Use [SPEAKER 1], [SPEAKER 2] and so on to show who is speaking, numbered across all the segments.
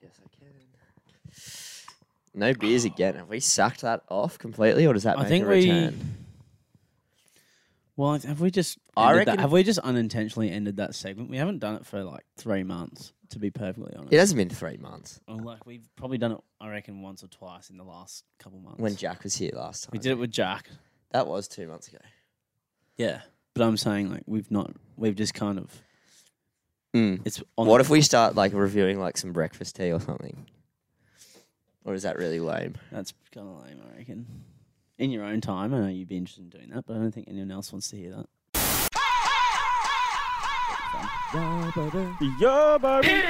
[SPEAKER 1] Yes, I can. No beers again. Have we sucked that off completely, or does that
[SPEAKER 2] I
[SPEAKER 1] make
[SPEAKER 2] think
[SPEAKER 1] a
[SPEAKER 2] we-
[SPEAKER 1] return?
[SPEAKER 2] Well, have we just?
[SPEAKER 1] I
[SPEAKER 2] ended that-
[SPEAKER 1] reckon-
[SPEAKER 2] have we just unintentionally ended that segment? We haven't done it for like three months, to be perfectly honest.
[SPEAKER 1] It hasn't been three months
[SPEAKER 2] Or, like we've probably done it, I reckon, once or twice in the last couple months.
[SPEAKER 1] when Jack was here last time.
[SPEAKER 2] we did it with Jack.
[SPEAKER 1] That was two months ago.
[SPEAKER 2] Yeah, but I'm saying like we've not. We've just kind of. It's on
[SPEAKER 1] Hmm. What if we start like reviewing like some breakfast tea or something? Or is that really lame?
[SPEAKER 2] That's kind of lame, I reckon. In your own time, I know you'd be interested in doing that, but I don't think anyone else wants to hear that.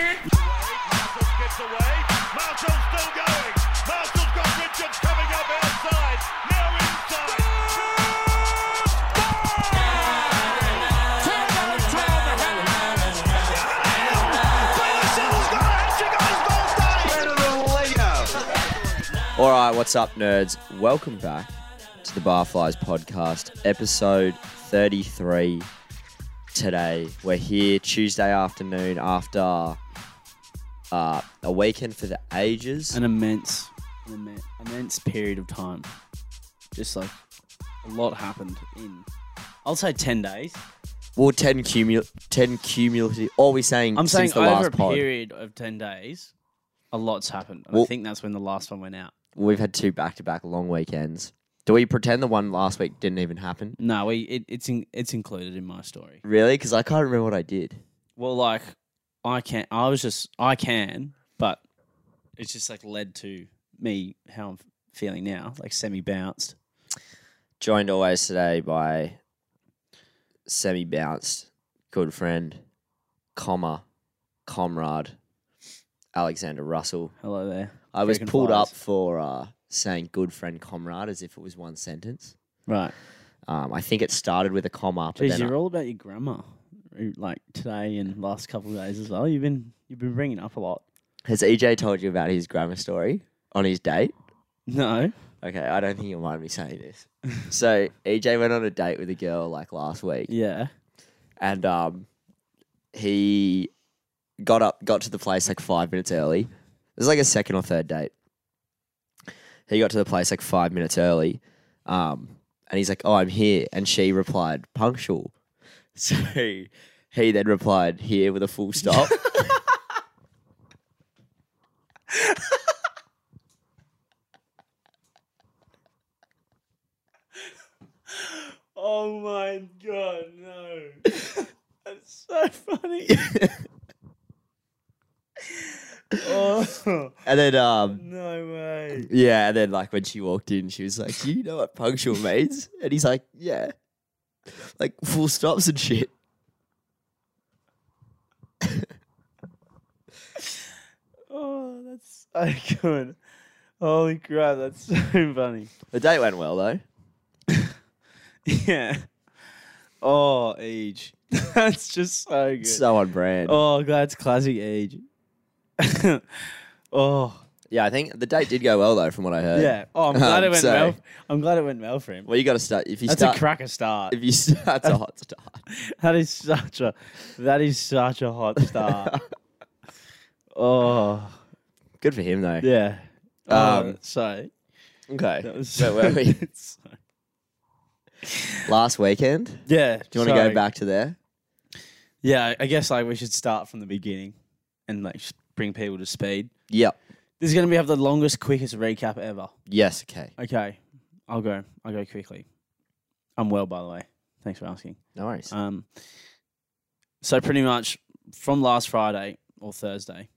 [SPEAKER 3] Mansell skips away. Mansell's still going. Mansell's got Richards coming up outside. Now inside.
[SPEAKER 1] All right, what's up, nerds? Welcome back to the Barflies podcast, episode 33. Today, we're here Tuesday afternoon after uh, a weekend for the ages.
[SPEAKER 2] An immense, an immense, immense period of time. Just like a lot happened in, I'll say 10 days.
[SPEAKER 1] Well, 10, cumul- 10 cumulative. All we're saying
[SPEAKER 2] I'm
[SPEAKER 1] since
[SPEAKER 2] saying
[SPEAKER 1] the
[SPEAKER 2] over
[SPEAKER 1] last
[SPEAKER 2] a
[SPEAKER 1] pod,
[SPEAKER 2] period of 10 days, a lot's happened. And I
[SPEAKER 1] Well-
[SPEAKER 2] think that's when the last one went out.
[SPEAKER 1] we've had two back to back long weekends. Do we pretend the one last week didn't even happen?
[SPEAKER 2] No, we, it, it's, in, it's included in my story.
[SPEAKER 1] Really? Because I can't remember what I did.
[SPEAKER 2] Well, like, I can't, I was just, I can, but it's just like led to me, how I'm feeling now, like semi bounced.
[SPEAKER 1] Joined always today by semi bounced good friend, comma, comrade, Alexander Russell.
[SPEAKER 2] Hello there.
[SPEAKER 1] I was
[SPEAKER 2] Freaking
[SPEAKER 1] pulled up
[SPEAKER 2] flies.
[SPEAKER 1] for uh, saying good friend, comrade, as if it was one sentence.
[SPEAKER 2] Right.
[SPEAKER 1] Um, I think it started with a comma. But
[SPEAKER 2] Jeez,
[SPEAKER 1] then I-
[SPEAKER 2] you're all about your grammar, like today and last couple of days as well. You've been you've been bringing up a lot.
[SPEAKER 1] has EJ told you about his grammar story on his date?
[SPEAKER 2] No,
[SPEAKER 1] Okay, I don't think you'll mind me saying this. so EJ went on a date with a girl like last week.
[SPEAKER 2] yeah,
[SPEAKER 1] and um, he got up, got to the place like five minutes early. It was like a second or third date. He got to the place like five minutes early, um, and he's like, "Oh, I'm here," and she replied, "Punctual." So he then replied, "Here" with a full stop.
[SPEAKER 2] Oh my god, no. That's so funny. oh,
[SPEAKER 1] and then, um,
[SPEAKER 2] no way.
[SPEAKER 1] yeah, and then like when she walked in, she was like, "You know what punctual means?" And he's like, "Yeah." Like full stops and shit.
[SPEAKER 2] Oh, that's so good. Holy crap, that's so funny.
[SPEAKER 1] The date went well though.
[SPEAKER 2] Yeah. Oh, age. That's just so good.
[SPEAKER 1] So on brand.
[SPEAKER 2] oh, God, it's classic age. oh,
[SPEAKER 1] Yeah, I think the date did go well though, from what I heard.
[SPEAKER 2] yeah. Oh, I'm glad
[SPEAKER 1] Um,
[SPEAKER 2] it went
[SPEAKER 1] so-
[SPEAKER 2] well. I'm glad it went well for him.
[SPEAKER 1] Well, you got to start if you
[SPEAKER 2] That's
[SPEAKER 1] start.
[SPEAKER 2] a cracker start.
[SPEAKER 1] if you start, that's a hot start.
[SPEAKER 2] That is such a that is such a hot start. oh
[SPEAKER 1] Good for him though.
[SPEAKER 2] yeah.
[SPEAKER 1] Um,
[SPEAKER 2] Um, so
[SPEAKER 1] Okay.
[SPEAKER 2] that was
[SPEAKER 1] So where we
[SPEAKER 2] so-
[SPEAKER 1] last weekend? Do
[SPEAKER 2] yeah. Do
[SPEAKER 1] you want to go back to there?
[SPEAKER 2] Yeah, I- I guess like we should start from the beginning and like sh- bring people to speed.
[SPEAKER 1] Yep.
[SPEAKER 2] This is gonna be have the longest, quickest recap ever.
[SPEAKER 1] Yes. Okay.
[SPEAKER 2] Okay, I'll go. I'll go quickly. I'm well, by the way. Thanks for asking.
[SPEAKER 1] No worries.
[SPEAKER 2] Um, so pretty much from last Friday or Thursday,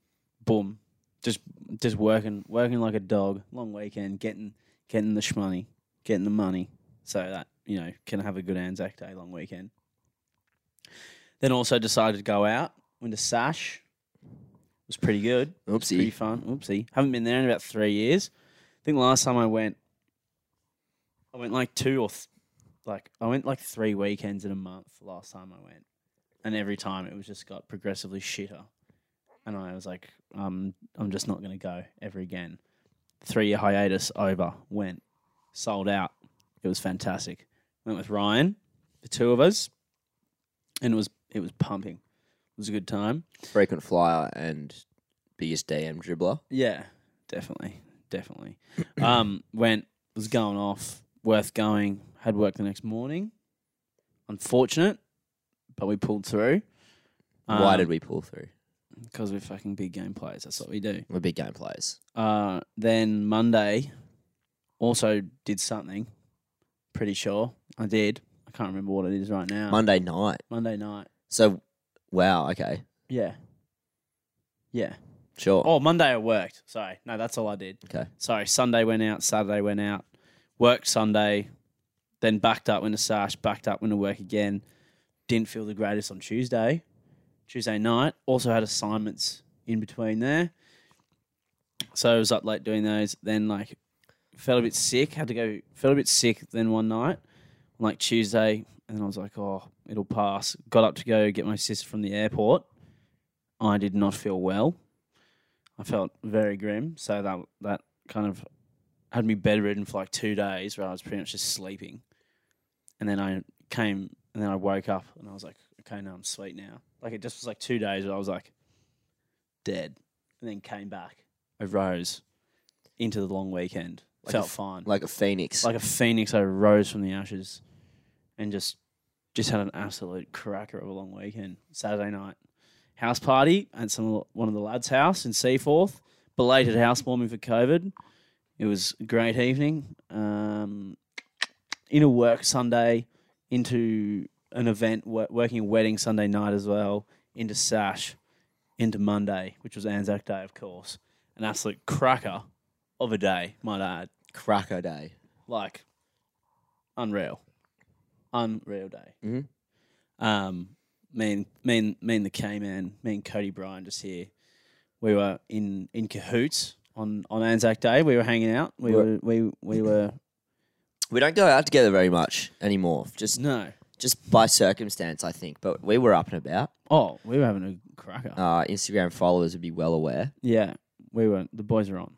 [SPEAKER 2] boom, just just working, working like a dog. Long weekend, getting getting the shmoney, getting the money, so that you know can have a good Anzac Day long weekend. Then also decided to go out. Went to Sash. Was pretty good. It's pretty
[SPEAKER 1] Oopsie.
[SPEAKER 2] fun. Oopsie. Haven't been there in about three years. I think last time I went, I went like two or th- like I went like three weekends in a month last time I went, and every time it was just got progressively shitter, and I was like, um, I'm just not gonna go ever again. Three year hiatus over. Went, sold out. It was fantastic. Went with Ryan, the two of us, and it was it was pumping. It was a good time.
[SPEAKER 1] Frequent flyer and biggest DM dribbler.
[SPEAKER 2] Yeah, definitely, definitely. um, went was going off, worth going. Had work the next morning. Unfortunate, but we pulled through. Um,
[SPEAKER 1] Why did we pull through?
[SPEAKER 2] Because we're fucking big game players. That's what we do.
[SPEAKER 1] We're big game players.
[SPEAKER 2] Uh, then Monday, also did something. Pretty sure I did. I can't remember what it is right now.
[SPEAKER 1] Monday night.
[SPEAKER 2] Monday night.
[SPEAKER 1] So, wow. Okay,
[SPEAKER 2] Yeah. Yeah.
[SPEAKER 1] sure.
[SPEAKER 2] Oh, Monday I worked. Sorry. No, that's all I did.
[SPEAKER 1] Okay.
[SPEAKER 2] Sorry. Sunday went out, Saturday went out, worked Sunday, then backed up, went to Sash, backed up, went to work again. Didn't feel the greatest on Tuesday. Tuesday night. Also had assignments in between there. So I was up late doing those. Then like felt a bit sick. Had to go felt a bit sick then one night. On like Tuesday. And I was like, oh, it'll pass. Got up to go get my sister from the airport. I did not feel well. I felt very grim. So that that kind of had me bedridden for like two days, where I was pretty much just sleeping. And then I came, and then I woke up, and I was like, okay, now I'm sweet now. Like it just was like two days where I was like dead, and then came back. I rose into the long weekend.
[SPEAKER 1] Like a
[SPEAKER 2] felt
[SPEAKER 1] f-
[SPEAKER 2] fine,
[SPEAKER 1] Like a phoenix.
[SPEAKER 2] like a phoenix. I rose from the ashes, and just just had an absolute cracker of a long weekend. Saturday night house party at some one of the lads' house in Seaforth. Belated housewarming for COVID. It was a great evening. Um, in a work Sunday, into an event, wo- working a wedding Sunday night as well, into Sash, into Monday, which was Anzac Day, of course. An absolute cracker of a day, might I add.
[SPEAKER 1] cracker day.
[SPEAKER 2] Like, unreal. Unreal day.
[SPEAKER 1] Mhm.
[SPEAKER 2] Um, me and me and me and the K man, me and Cody Bryan just here. We were in in cahoots on on Anzac Day. We were hanging out. We were
[SPEAKER 1] We're-
[SPEAKER 2] we we were
[SPEAKER 1] We don't go out together very much anymore. Just
[SPEAKER 2] no.
[SPEAKER 1] just by circumstance, I think. But we were up and about.
[SPEAKER 2] Oh, we were having a cracker.
[SPEAKER 1] Uh, Instagram followers would be well aware.
[SPEAKER 2] yeah, we were. The boys were on.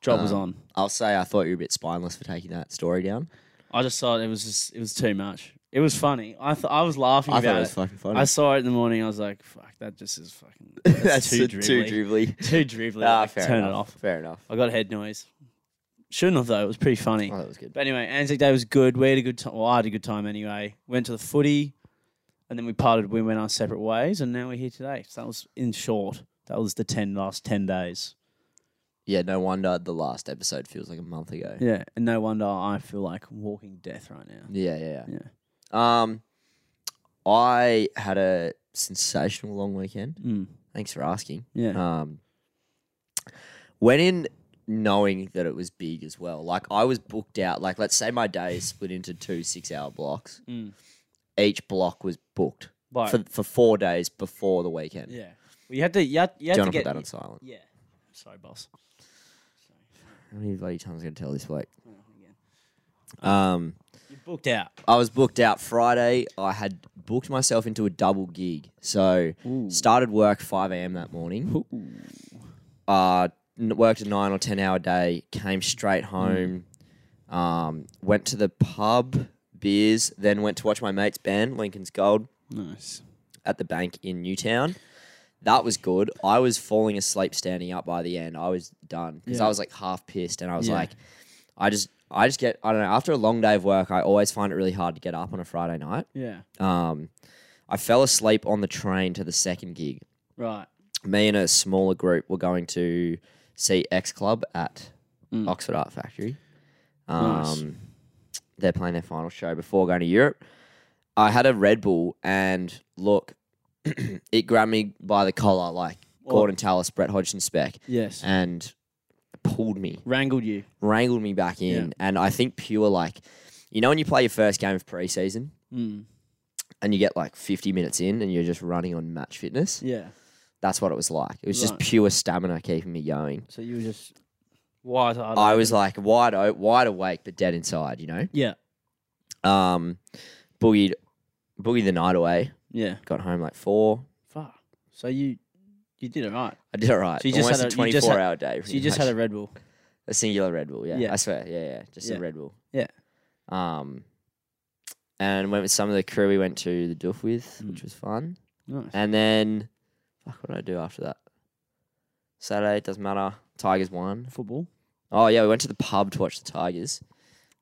[SPEAKER 2] Job was on.
[SPEAKER 1] I'll say I thought you were a bit spineless for taking that story down.
[SPEAKER 2] I just thought it was just it was too much. It was funny. I th- I was laughing
[SPEAKER 1] I
[SPEAKER 2] about
[SPEAKER 1] thought it was
[SPEAKER 2] it.
[SPEAKER 1] fucking funny.
[SPEAKER 2] I saw it in the morning. I was like, "Fuck, that just is fucking that's too dribbly.
[SPEAKER 1] too dribbly.
[SPEAKER 2] Too dribbly.
[SPEAKER 1] Ah,
[SPEAKER 2] like,
[SPEAKER 1] fair
[SPEAKER 2] turn
[SPEAKER 1] enough.
[SPEAKER 2] it off.
[SPEAKER 1] Fair enough.
[SPEAKER 2] I got head noise. Shouldn't have though. It was pretty funny.
[SPEAKER 1] Oh, that was good.
[SPEAKER 2] But anyway, Anzac Day was good. We had a good time. Well, I had a good time anyway. Went to the footy, and then we parted. We went our separate ways, and now we're here today. So that was in short. That was the ten last ten days.
[SPEAKER 1] Yeah, no wonder the last episode feels like a month ago. Yeah,
[SPEAKER 2] Yeah, and no wonder I feel like walking death right now.
[SPEAKER 1] yeah, yeah.
[SPEAKER 2] Yeah.
[SPEAKER 1] Um, I had a sensational long weekend.
[SPEAKER 2] Mm,
[SPEAKER 1] Thanks for asking.
[SPEAKER 2] yeah.
[SPEAKER 1] Um, went in knowing that it was big as well. Like I was booked out. Like let's say my day is split into two six-hour blocks.
[SPEAKER 2] Mm.
[SPEAKER 1] Each block was booked
[SPEAKER 2] Right.
[SPEAKER 1] for, for four days before the weekend.
[SPEAKER 2] yeah. Well, you had to. You had, you had
[SPEAKER 1] Do you
[SPEAKER 2] to
[SPEAKER 1] want to
[SPEAKER 2] get.
[SPEAKER 1] put that on silent?
[SPEAKER 2] yeah. Sorry, boss.
[SPEAKER 1] How many bloody times am I going to tell this bloke?
[SPEAKER 2] Oh, again.
[SPEAKER 1] Um,
[SPEAKER 2] You booked out.
[SPEAKER 1] I was booked out Friday. I had booked myself into a double gig. So started work 5 a.m. that morning. Uh, n- worked a nine or 10 hour day. Came straight home. Um, went to the pub, beers, then went to watch my mate's band, Lincoln's Gold,
[SPEAKER 2] Nice.
[SPEAKER 1] at the bank in Newtown. That was good. I was falling asleep standing up by the end. I was done because
[SPEAKER 2] Yeah.
[SPEAKER 1] I was like half pissed and I was
[SPEAKER 2] Yeah.
[SPEAKER 1] like, I just, I just get, I don't know. After a long day of work, I always find it really hard to get up on a Friday night.
[SPEAKER 2] Yeah.
[SPEAKER 1] Um, I fell asleep on the train to the second gig.
[SPEAKER 2] Right.
[SPEAKER 1] Me and a smaller group were going to see X Club at Oxford Art Factory. Um,
[SPEAKER 2] Mm. Nice.
[SPEAKER 1] They're playing their final show before going to Europe. I had a Red Bull, and look, it grabbed me by the collar like
[SPEAKER 2] Well-
[SPEAKER 1] Gordon Tallis, Brett Hodgson spec,
[SPEAKER 2] Yes.
[SPEAKER 1] and pulled me
[SPEAKER 2] Wrangled you.
[SPEAKER 1] wrangled me back in. And I think pure like, you know, when you play your first game of preseason
[SPEAKER 2] Mm.
[SPEAKER 1] and you get like 50 minutes in and you're just running on match fitness,
[SPEAKER 2] Yeah.
[SPEAKER 1] that's what it was like. It was just
[SPEAKER 2] Right.
[SPEAKER 1] pure stamina keeping me going.
[SPEAKER 2] So you were just wide eyed.
[SPEAKER 1] I was like wide o- wide awake but dead inside, you know.
[SPEAKER 2] yeah,
[SPEAKER 1] Um, boogied, boogied the night away.
[SPEAKER 2] yeah.
[SPEAKER 1] Got home like four.
[SPEAKER 2] Fuck. So you you did it right.
[SPEAKER 1] I did all right.
[SPEAKER 2] So you just
[SPEAKER 1] Almost
[SPEAKER 2] had
[SPEAKER 1] a
[SPEAKER 2] a- you just
[SPEAKER 1] 24 hour day.
[SPEAKER 2] So you just had a Red Bull.
[SPEAKER 1] a singular Red Bull. Yeah,
[SPEAKER 2] Yeah.
[SPEAKER 1] I swear. Yeah, yeah, just
[SPEAKER 2] Yeah.
[SPEAKER 1] a Red Bull.
[SPEAKER 2] Yeah.
[SPEAKER 1] Um, and went with some of the crew we went to the Doof with,
[SPEAKER 2] Mm.
[SPEAKER 1] which was fun.
[SPEAKER 2] Nice.
[SPEAKER 1] And then, fuck, what did I do after that? Saturday, doesn't matter. Tigers won.
[SPEAKER 2] Football.
[SPEAKER 1] Oh yeah, we went to the pub to watch the Tigers.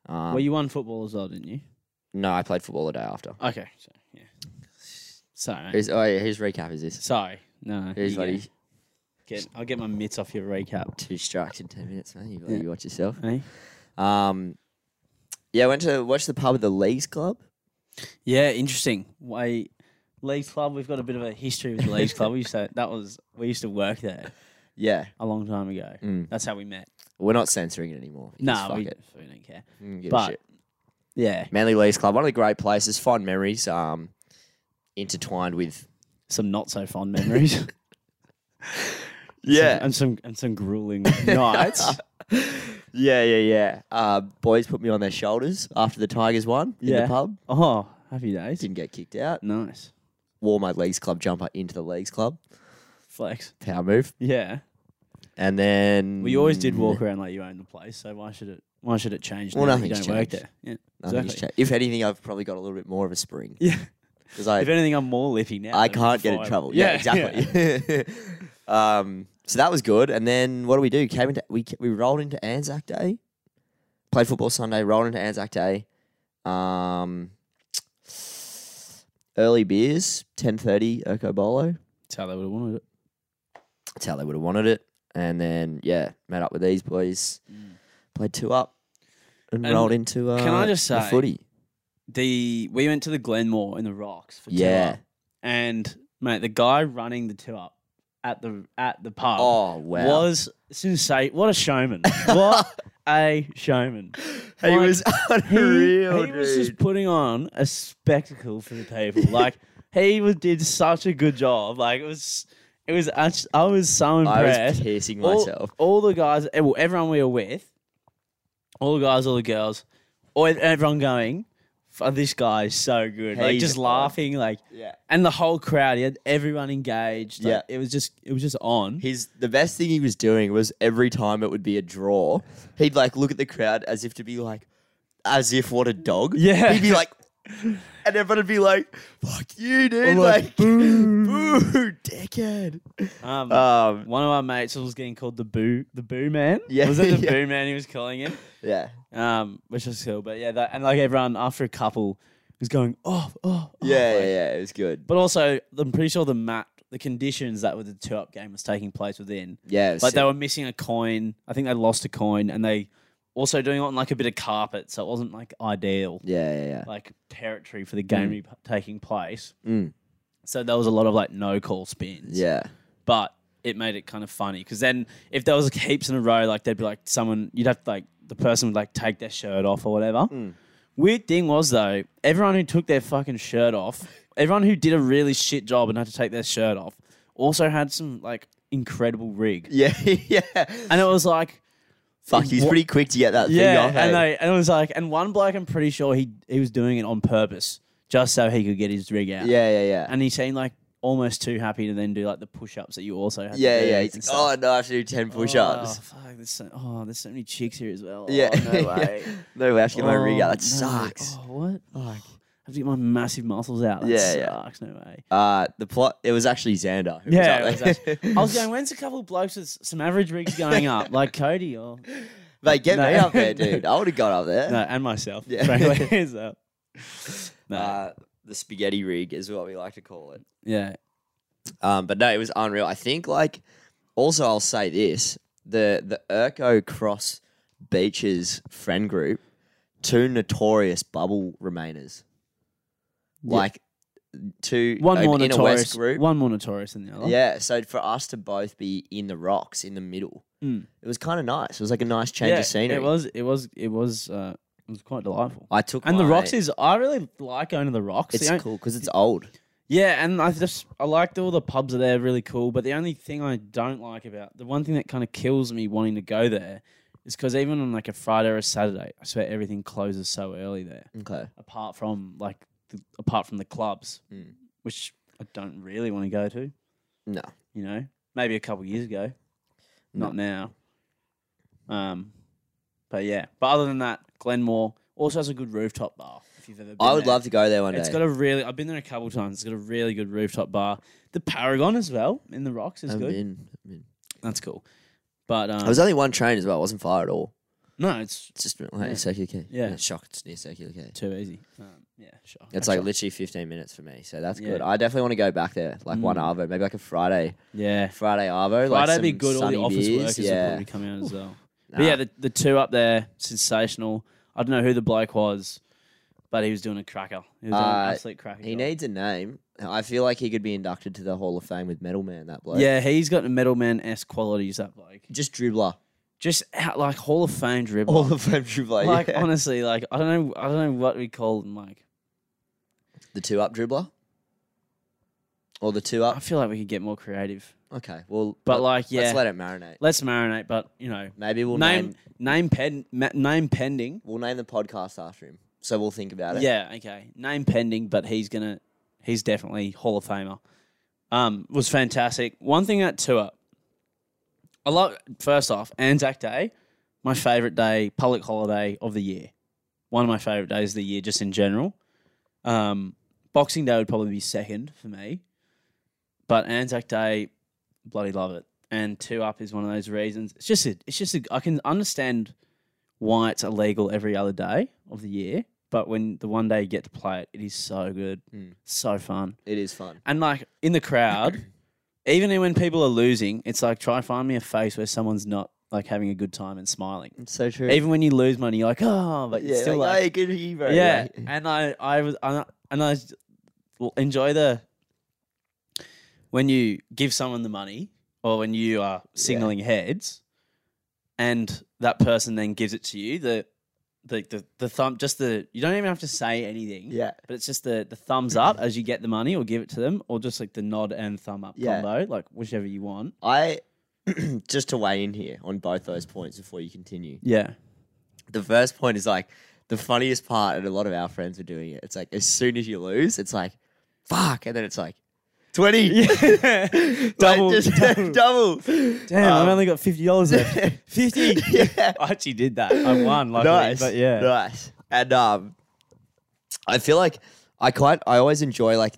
[SPEAKER 1] Um,
[SPEAKER 2] well, you won football as well, didn't you?
[SPEAKER 1] no, I played football the day after.
[SPEAKER 2] Okay. So, yeah. Sorry. mate.
[SPEAKER 1] Who's, oh, yeah, whose recap is this?
[SPEAKER 2] Sorry. No.
[SPEAKER 1] Who's
[SPEAKER 2] you go.
[SPEAKER 1] bloody
[SPEAKER 2] Get- I'll get my mitts off your recap.
[SPEAKER 1] two strikes in ten minutes, man? You bloody watch yourself.
[SPEAKER 2] eh?
[SPEAKER 1] Um, yeah, I went to watch the pub at the Leagues Club.
[SPEAKER 2] Yeah, interesting. Why Leagues Club, we've got a bit of a history with the Leagues Club. We used to, that was we used to work there
[SPEAKER 1] Yeah,
[SPEAKER 2] a long time ago.
[SPEAKER 1] Mm.
[SPEAKER 2] That's how we met.
[SPEAKER 1] we're not censoring it anymore.
[SPEAKER 2] No,
[SPEAKER 1] Just fuck
[SPEAKER 2] we,
[SPEAKER 1] it.
[SPEAKER 2] we don't care.
[SPEAKER 1] Mm, give a
[SPEAKER 2] but
[SPEAKER 1] shit.
[SPEAKER 2] yeah,
[SPEAKER 1] Manly Leagues Club, one of the great places. Fond memories. Um, intertwined with
[SPEAKER 2] some not so fond memories. and some and some grueling nights.
[SPEAKER 1] yeah, yeah, yeah. Uh, boys put me on their shoulders after the Tigers won in
[SPEAKER 2] Yeah.
[SPEAKER 1] the pub.
[SPEAKER 2] Oh, happy days.
[SPEAKER 1] Didn't get kicked out.
[SPEAKER 2] Nice
[SPEAKER 1] Wore my Leagues Club jumper into the Leagues Club.
[SPEAKER 2] flex.
[SPEAKER 1] Power move.
[SPEAKER 2] Yeah,
[SPEAKER 1] And then
[SPEAKER 2] well, you always did walk around like you owned the place. So why should it? Why should it change?
[SPEAKER 1] Mm. Well,
[SPEAKER 2] now that you
[SPEAKER 1] nothing's
[SPEAKER 2] don't work
[SPEAKER 1] changed.
[SPEAKER 2] there. Yeah,
[SPEAKER 1] Nothing's
[SPEAKER 2] exactly.
[SPEAKER 1] changed. If anything, I've probably got a little bit more of a spring
[SPEAKER 2] Yeah.
[SPEAKER 1] because I
[SPEAKER 2] If anything, I'm more lippy now.
[SPEAKER 1] I
[SPEAKER 2] than
[SPEAKER 1] can't get in
[SPEAKER 2] before I-
[SPEAKER 1] trouble. Yeah, exactly. um, so that was good. And then what do we do? Came into we we rolled into Anzac Day, played football Sunday, rolled into Anzac Day. Um, early beers, ten thirty, Urco Bolo.
[SPEAKER 2] That's how they would have wanted it.
[SPEAKER 1] That's how they would have wanted it. And then yeah, met up with these boys, played two up, and,
[SPEAKER 2] Mm. And
[SPEAKER 1] rolled into uh,
[SPEAKER 2] can I just
[SPEAKER 1] the
[SPEAKER 2] say-
[SPEAKER 1] footy?
[SPEAKER 2] The we went to the Glenmore in the Rocks for two
[SPEAKER 1] Yeah.
[SPEAKER 2] up, and mate, the guy running the two up at the at the pub
[SPEAKER 1] Oh wow.
[SPEAKER 2] was insane. What a showman! what a showman!
[SPEAKER 1] he
[SPEAKER 2] like,
[SPEAKER 1] was
[SPEAKER 2] He,
[SPEAKER 1] unreal,
[SPEAKER 2] he was
[SPEAKER 1] dude.
[SPEAKER 2] just putting on a spectacle for the people. Like he was, did such a good job. Like it was, it was. act- I was so impressed.
[SPEAKER 1] I was pissing
[SPEAKER 2] all,
[SPEAKER 1] myself.
[SPEAKER 2] all the guys, eh, well, everyone we were with, all the guys, all the girls, all, everyone going, "Fuck, this guy is so good. like
[SPEAKER 1] He's
[SPEAKER 2] just
[SPEAKER 1] on.
[SPEAKER 2] laughing, like,
[SPEAKER 1] Yeah.
[SPEAKER 2] and the whole crowd, he had everyone engaged. Like,
[SPEAKER 1] Yeah.
[SPEAKER 2] it was just, it was just on.
[SPEAKER 1] His the best thing he was doing was every time it would be a draw, he'd like look at the crowd as if to be like, as if what a dog.
[SPEAKER 2] Yeah.
[SPEAKER 1] He'd be like, and everyone would be like, "Fuck you, dude!"
[SPEAKER 2] I'm
[SPEAKER 1] like,
[SPEAKER 2] like,
[SPEAKER 1] boo, boo, dickhead.
[SPEAKER 2] Um,
[SPEAKER 1] Um,
[SPEAKER 2] one of our mates was getting called the boo, the boo man.
[SPEAKER 1] Yeah,
[SPEAKER 2] was it the
[SPEAKER 1] yeah.
[SPEAKER 2] boo man he was calling him?
[SPEAKER 1] yeah,
[SPEAKER 2] Um, which was cool. But yeah, that, and like everyone after a couple was going, oh, oh, oh,
[SPEAKER 1] yeah,
[SPEAKER 2] like-
[SPEAKER 1] yeah, yeah. It was good.
[SPEAKER 2] But also, I'm pretty sure the mat, the conditions that were the two up game was taking place within.
[SPEAKER 1] Yeah, it was
[SPEAKER 2] Like they
[SPEAKER 1] sick.
[SPEAKER 2] were missing a coin. I think they lost a coin, and they also doing it on like a bit of carpet, so it wasn't like ideal,
[SPEAKER 1] yeah, yeah, yeah.
[SPEAKER 2] like territory for the game to be p- taking place.
[SPEAKER 1] Mm.
[SPEAKER 2] So there was a lot of like no call spins.
[SPEAKER 1] yeah,
[SPEAKER 2] but it made it kind of funny because then if there was like, heaps in a row, like there'd be like someone you'd have to like the person would like take their shirt off or whatever.
[SPEAKER 1] Hmm.
[SPEAKER 2] Weird thing was though, everyone who took their fucking shirt off, everyone who did a really shit job and had to take their shirt off, also had some like incredible rig.
[SPEAKER 1] yeah, yeah.
[SPEAKER 2] And it was like,
[SPEAKER 1] Fuck, he was
[SPEAKER 2] Wha-
[SPEAKER 1] pretty quick to get that thing
[SPEAKER 2] yeah,
[SPEAKER 1] off.
[SPEAKER 2] and
[SPEAKER 1] eh?
[SPEAKER 2] they and it was like, and one bloke, I'm pretty sure he he was doing it on purpose just so he could get his rig out.
[SPEAKER 1] yeah, yeah, yeah.
[SPEAKER 2] and he seemed like almost too happy to then do like the push ups that you also had.
[SPEAKER 1] yeah,
[SPEAKER 2] to do
[SPEAKER 1] yeah.
[SPEAKER 2] and
[SPEAKER 1] He's like,
[SPEAKER 2] stuff.
[SPEAKER 1] oh no, I have to do ten push-ups.
[SPEAKER 2] Oh, fuck, there's so, oh, there's so many chicks here as well.
[SPEAKER 1] yeah,
[SPEAKER 2] Oh, no way.
[SPEAKER 1] no way. I have to get my rig out. That
[SPEAKER 2] no.
[SPEAKER 1] sucks.
[SPEAKER 2] Oh, what? I have to get my massive muscles out. That
[SPEAKER 1] Yeah, yeah.
[SPEAKER 2] sucks. No way.
[SPEAKER 1] Uh, the plot. It was actually Xander. who was up
[SPEAKER 2] it was
[SPEAKER 1] there.
[SPEAKER 2] actually- I was going, when's a couple of blokes with s- some average rigs going up, like Cody or.
[SPEAKER 1] Mate, get
[SPEAKER 2] No.
[SPEAKER 1] me up there, dude. I would have got up there.
[SPEAKER 2] No, and myself.
[SPEAKER 1] Yeah.
[SPEAKER 2] frankly, so. No.
[SPEAKER 1] Uh, the spaghetti rig is what we like to call it.
[SPEAKER 2] yeah.
[SPEAKER 1] Um, but no, it was unreal. I think like also I'll say this: the the Urco Cross Beaches friend group, two notorious bubble remainers,
[SPEAKER 2] Yeah.
[SPEAKER 1] like two
[SPEAKER 2] One
[SPEAKER 1] an
[SPEAKER 2] more
[SPEAKER 1] inner
[SPEAKER 2] notorious.
[SPEAKER 1] west group.
[SPEAKER 2] One more notorious than the other.
[SPEAKER 1] Yeah, so for us to both be in the rocks in the middle,
[SPEAKER 2] Mm.
[SPEAKER 1] it was kind of nice. It was like a nice change
[SPEAKER 2] Yeah,
[SPEAKER 1] of scenery.
[SPEAKER 2] It was. It was. It was. Uh, it was quite delightful.
[SPEAKER 1] I took
[SPEAKER 2] and the
[SPEAKER 1] my-
[SPEAKER 2] rocks is. I really like going to the rocks.
[SPEAKER 1] It's
[SPEAKER 2] The on-
[SPEAKER 1] cool because it's old.
[SPEAKER 2] Yeah, and I just I liked all the pubs are there, really cool. But the only thing I don't like about the one thing that kind of kills me wanting to go there is because even on like a Friday or a Saturday, I swear everything closes so early there.
[SPEAKER 1] Okay.
[SPEAKER 2] Apart from like the, apart from the clubs,
[SPEAKER 1] Mm.
[SPEAKER 2] which I don't really want to go to.
[SPEAKER 1] No.
[SPEAKER 2] You know, maybe a couple years ago, not now. Um, but yeah. But other than that, Glenmore also has a good rooftop bar. If you've ever, been
[SPEAKER 1] I would
[SPEAKER 2] there.
[SPEAKER 1] love to go there one day.
[SPEAKER 2] It's got a really. I've been there a couple times. It's got a really good rooftop bar. The Paragon as well in the rocks is
[SPEAKER 1] I'm
[SPEAKER 2] good.
[SPEAKER 1] in. I'm in.
[SPEAKER 2] That's cool. But um,
[SPEAKER 1] There was only one train as well. It wasn't far at all.
[SPEAKER 2] no, it's
[SPEAKER 1] It's just like
[SPEAKER 2] Yeah.
[SPEAKER 1] Circular Quay.
[SPEAKER 2] Yeah.
[SPEAKER 1] shock. It's near Circular Quay.
[SPEAKER 2] too easy. Um, yeah, sure.
[SPEAKER 1] It's like literally 15 minutes for me, so that's
[SPEAKER 2] Yeah.
[SPEAKER 1] good. I definitely want to go back there, like one
[SPEAKER 2] Mm.
[SPEAKER 1] arvo, maybe like a Friday,
[SPEAKER 2] yeah.
[SPEAKER 1] Friday arvo. like
[SPEAKER 2] Friday'd be
[SPEAKER 1] some
[SPEAKER 2] good. All the
[SPEAKER 1] sunny
[SPEAKER 2] office
[SPEAKER 1] beers.
[SPEAKER 2] workers
[SPEAKER 1] yeah.
[SPEAKER 2] will probably come out as well. But
[SPEAKER 1] Nah.
[SPEAKER 2] yeah, the, the two up there, sensational. I don't know who the bloke was, but he was doing a cracker. He was doing
[SPEAKER 1] Uh,
[SPEAKER 2] an absolute cracker.
[SPEAKER 1] he
[SPEAKER 2] job.
[SPEAKER 1] needs a name. I feel like he could be inducted to the Hall of Fame with Metal Man. That bloke.
[SPEAKER 2] Yeah, he's got metal man s qualities. That bloke,
[SPEAKER 1] Just dribbler.
[SPEAKER 2] just out, like Hall of Fame dribbler.
[SPEAKER 1] Hall of Fame dribbler.
[SPEAKER 2] like
[SPEAKER 1] Oh, yeah.
[SPEAKER 2] honestly, like I don't know, I don't know what we call them. Like
[SPEAKER 1] the two up dribbler. Or the two
[SPEAKER 2] I
[SPEAKER 1] up.
[SPEAKER 2] feel like we could get more creative.
[SPEAKER 1] Okay. Well,
[SPEAKER 2] But
[SPEAKER 1] let-
[SPEAKER 2] like, yeah,
[SPEAKER 1] let's let it marinate.
[SPEAKER 2] let's marinate. But you know,
[SPEAKER 1] Maybe we'll name,
[SPEAKER 2] name name pen ma- name pending.
[SPEAKER 1] we'll name the podcast after him. So we'll think about it.
[SPEAKER 2] Yeah, okay, name pending. But he's gonna, he's definitely Hall of Famer. Um, was fantastic. One thing at tour, I love. First off, Anzac Day, my favorite day, public holiday of the year. One of my favorite days of the year, just in general. Um, Boxing Day would probably be second for me, but Anzac Day, bloody love it. And two up is one of those reasons. It's just a, it's just a, I can understand why it's illegal every other day of the year, but when the one day you get to play it, it is so good,
[SPEAKER 1] Mm.
[SPEAKER 2] so fun.
[SPEAKER 1] It is fun.
[SPEAKER 2] And like in the crowd, even when people are losing, it's like try find me a face where someone's not like having a good time and smiling.
[SPEAKER 1] It's so true.
[SPEAKER 2] Even when you lose money, you're like, oh, but you're
[SPEAKER 1] yeah,
[SPEAKER 2] still
[SPEAKER 1] like,
[SPEAKER 2] like,
[SPEAKER 1] "Hey, good hero.
[SPEAKER 2] yeah.
[SPEAKER 1] like-
[SPEAKER 2] And I, I was, and I, and I s- l- enjoy the when you give someone the money or when you are signaling heads, and that person then gives it to you. The, the, the, the thumb, just the, you don't even have to say anything.
[SPEAKER 1] Yeah.
[SPEAKER 2] But it's just the, the thumbs up as you get the money or give it to them, or just like the nod and thumb up
[SPEAKER 1] Yeah.
[SPEAKER 2] combo, like whichever you want.
[SPEAKER 1] I just to weigh in here on both those points before you continue.
[SPEAKER 2] Yeah.
[SPEAKER 1] The first point is like the funniest part, and a lot of our friends are doing it. It's like as soon as you lose, it's like fuck, and then it's like twenty,
[SPEAKER 2] Double,
[SPEAKER 1] Like, just- double.
[SPEAKER 2] double. Damn, I've
[SPEAKER 1] Um,
[SPEAKER 2] only got fifty dollars left. fifty.
[SPEAKER 1] Yeah.
[SPEAKER 2] I actually did that. I won. Luckily,
[SPEAKER 1] nice,
[SPEAKER 2] But yeah.
[SPEAKER 1] nice. And um, I feel like I quite I always enjoy like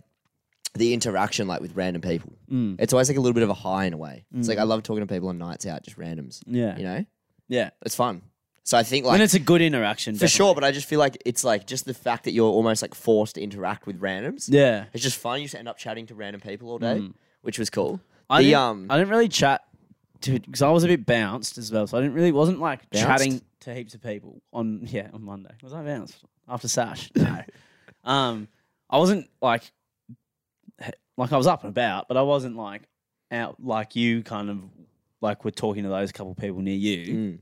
[SPEAKER 1] the interaction like with random people.
[SPEAKER 2] Mm.
[SPEAKER 1] It's always like a little bit of a high in a way. It's like I love talking to people on nights out, just randoms.
[SPEAKER 2] Yeah.
[SPEAKER 1] you know,
[SPEAKER 2] Yeah.
[SPEAKER 1] it's fun. So I think like
[SPEAKER 2] when it's a good interaction.
[SPEAKER 1] For sure, but I just feel like it's like just the fact that you're almost like forced to interact with randoms.
[SPEAKER 2] Yeah.
[SPEAKER 1] It's just fun. You just end up chatting to random people all day, which was cool.
[SPEAKER 2] Mm. I
[SPEAKER 1] the
[SPEAKER 2] didn't,
[SPEAKER 1] um
[SPEAKER 2] I didn't really chat to because I was a bit bounced as well, so I didn't really wasn't like
[SPEAKER 1] Bounced?
[SPEAKER 2] chatting to heaps of people on yeah on Monday. Was I bounced after Sash? No, um, I wasn't like he- like I was up and about, but I wasn't like out like you kind of like we're talking to those couple people near you.
[SPEAKER 1] mm,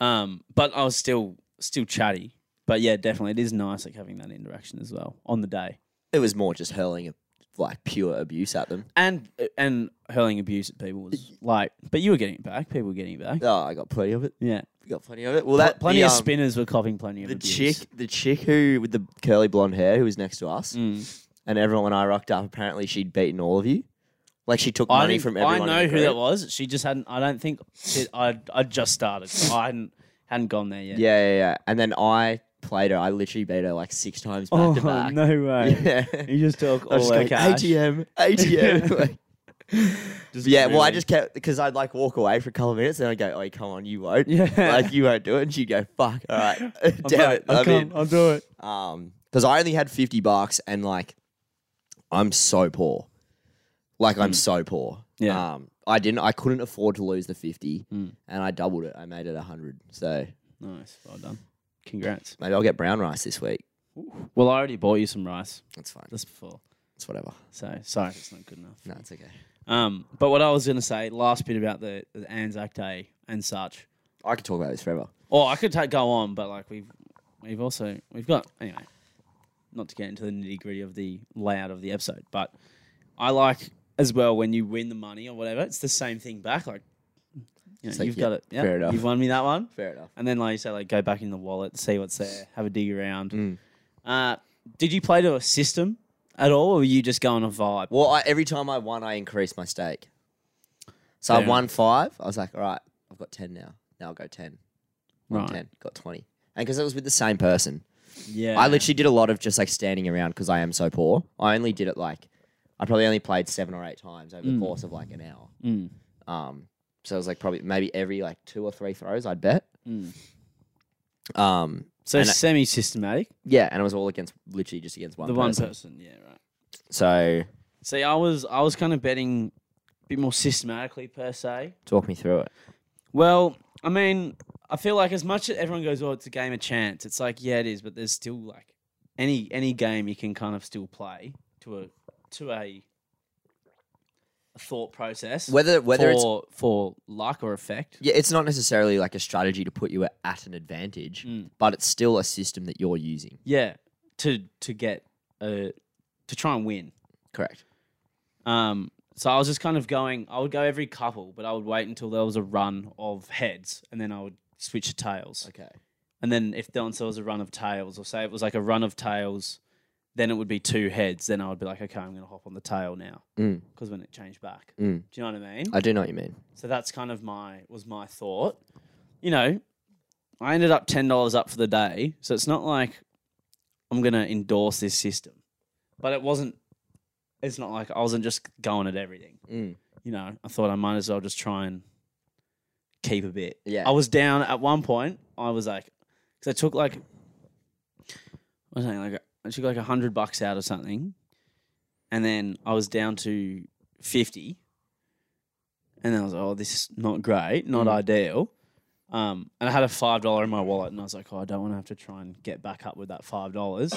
[SPEAKER 2] Um, but I was still still chatty. But yeah, definitely, it is nice like having that interaction as well on the day.
[SPEAKER 1] it was more just hurling like pure abuse at them.
[SPEAKER 2] and and hurling abuse at people was like, but you were getting it back. People were getting it back.
[SPEAKER 1] Oh, I got plenty of it.
[SPEAKER 2] Yeah,
[SPEAKER 1] Got plenty of it. Well, that
[SPEAKER 2] plenty
[SPEAKER 1] the,
[SPEAKER 2] of
[SPEAKER 1] um,
[SPEAKER 2] spinners were copying plenty of
[SPEAKER 1] The
[SPEAKER 2] abuse.
[SPEAKER 1] chick, the chick who with the curly blonde hair who was next to us,
[SPEAKER 2] Mm.
[SPEAKER 1] and everyone when I rocked up, apparently she'd beaten all of you. Like she took
[SPEAKER 2] I
[SPEAKER 1] money
[SPEAKER 2] didn't-
[SPEAKER 1] from
[SPEAKER 2] I
[SPEAKER 1] everyone. in
[SPEAKER 2] know
[SPEAKER 1] the
[SPEAKER 2] who that
[SPEAKER 1] group.
[SPEAKER 2] was. She just hadn't. I don't think it, I I just started. So I hadn't hadn't gone there yet.
[SPEAKER 1] Yeah, yeah, yeah. And then I played her. I literally beat her like six times back to
[SPEAKER 2] Oh
[SPEAKER 1] back.
[SPEAKER 2] no way.
[SPEAKER 1] Yeah.
[SPEAKER 2] You just took
[SPEAKER 1] I
[SPEAKER 2] all
[SPEAKER 1] was
[SPEAKER 2] their
[SPEAKER 1] just going,
[SPEAKER 2] cash.
[SPEAKER 1] ATM, ATM. like,
[SPEAKER 2] Just
[SPEAKER 1] yeah, well, I
[SPEAKER 2] really-
[SPEAKER 1] just kept because I'd like walk away for a couple of minutes, and I'd go, "Oh, come on, you won't,
[SPEAKER 2] Yeah.
[SPEAKER 1] like you won't do it." And she'd go, "Fuck, all right,
[SPEAKER 2] I'm
[SPEAKER 1] damn
[SPEAKER 2] back.
[SPEAKER 1] it,
[SPEAKER 2] I'll
[SPEAKER 1] I'm
[SPEAKER 2] come.
[SPEAKER 1] in."
[SPEAKER 2] I'll do it.
[SPEAKER 1] Um, because I only had fifty bucks, and like, I'm so poor, like I'm so poor.
[SPEAKER 2] Hmm. Yeah.
[SPEAKER 1] Um, I didn't, I couldn't afford to lose the fifty,
[SPEAKER 2] Mm.
[SPEAKER 1] and I doubled it. I made it a hundred. So
[SPEAKER 2] Nice. Well done. Congrats.
[SPEAKER 1] maybe I'll get brown rice this week.
[SPEAKER 2] Well, I already bought you some rice
[SPEAKER 1] That's fine.
[SPEAKER 2] just before,
[SPEAKER 1] It's whatever.
[SPEAKER 2] so sorry, if it's not good enough.
[SPEAKER 1] No, it's okay.
[SPEAKER 2] Um, but what I was going to say, last bit about the, the Anzac Day and such.
[SPEAKER 1] I could talk about this forever.
[SPEAKER 2] Oh, I could take, go on, but like we've we've also we've got anyway. Not to get into the nitty gritty of the layout of the episode, but I like as well when you win the money or whatever. It's the same thing back. Like you know,
[SPEAKER 1] like,
[SPEAKER 2] you've
[SPEAKER 1] yeah,
[SPEAKER 2] got it. Yeah,
[SPEAKER 1] fair enough.
[SPEAKER 2] You've won me that one.
[SPEAKER 1] Fair enough.
[SPEAKER 2] And then, like you say, like go back in the wallet, see what's there, have a dig around.
[SPEAKER 1] Mm.
[SPEAKER 2] Uh, did you play to a system at all, or were you just going a vibe?
[SPEAKER 1] Well, I, every time I won, I increased my stake. So
[SPEAKER 2] Fair
[SPEAKER 1] I won five. I was like, all right, I've got 10 now. Now I'll go 10. Won
[SPEAKER 2] Right.
[SPEAKER 1] 10, got 20. And because it was with the same person,
[SPEAKER 2] Yeah,
[SPEAKER 1] I literally did a lot of just like standing around because I am so poor. I only did it like, I probably only played seven or eight times over the course of like an hour.
[SPEAKER 2] Mm.
[SPEAKER 1] Um, so it was like probably maybe every like two or three throws, I'd bet.
[SPEAKER 2] Mm.
[SPEAKER 1] Um,
[SPEAKER 2] So
[SPEAKER 1] And I-
[SPEAKER 2] semi systematic.
[SPEAKER 1] yeah, and it was all against literally just against one.
[SPEAKER 2] The one
[SPEAKER 1] person.
[SPEAKER 2] person. Yeah, right.
[SPEAKER 1] So
[SPEAKER 2] See, I was I was kind of betting a bit more systematically per se.
[SPEAKER 1] talk me through it.
[SPEAKER 2] Well, I mean, I feel like as much as everyone goes, "Oh, it's a game of chance," it's like, yeah, it is, but there's still like any any game you can kind of still play to a to a, a thought process.
[SPEAKER 1] Whether whether it's
[SPEAKER 2] for, for luck or effect,
[SPEAKER 1] yeah, it's not necessarily like a strategy to put you at- at an advantage,
[SPEAKER 2] Mm.
[SPEAKER 1] but it's still a system that you're using.
[SPEAKER 2] yeah, to to get uh to try and win.
[SPEAKER 1] Correct.
[SPEAKER 2] Um, so I was just kind of going. I would go every couple, but I would wait until there was a run of heads, and then I would switch to tails.
[SPEAKER 1] Okay.
[SPEAKER 2] And then if then so it was a run of tails, or say it was like a run of tails, then it would be two heads. Then I would be like, okay, I'm going to hop on the tail now
[SPEAKER 1] Mm.
[SPEAKER 2] because when it changed back,
[SPEAKER 1] Mm.
[SPEAKER 2] do you know what I mean?
[SPEAKER 1] I do know what you mean.
[SPEAKER 2] so that's kind of my was my thought. You know, I ended up ten dollars up for the day, so it's not like I'm going to endorse this system, but it wasn't. It's not like I wasn't just going at everything.
[SPEAKER 1] Mm.
[SPEAKER 2] You know, I thought I might as well just try and keep a bit.
[SPEAKER 1] Yeah.
[SPEAKER 2] I was down at one point. I was like, because I took like, what was I saying, like I took like a hundred bucks out or something, and then I was down to fifty, and then I was like, oh, this is not great, not
[SPEAKER 1] Mm.
[SPEAKER 2] ideal. Um, and I had a five dollar in my wallet, and I was like, oh, I don't want to have to try and get back up with that five dollars.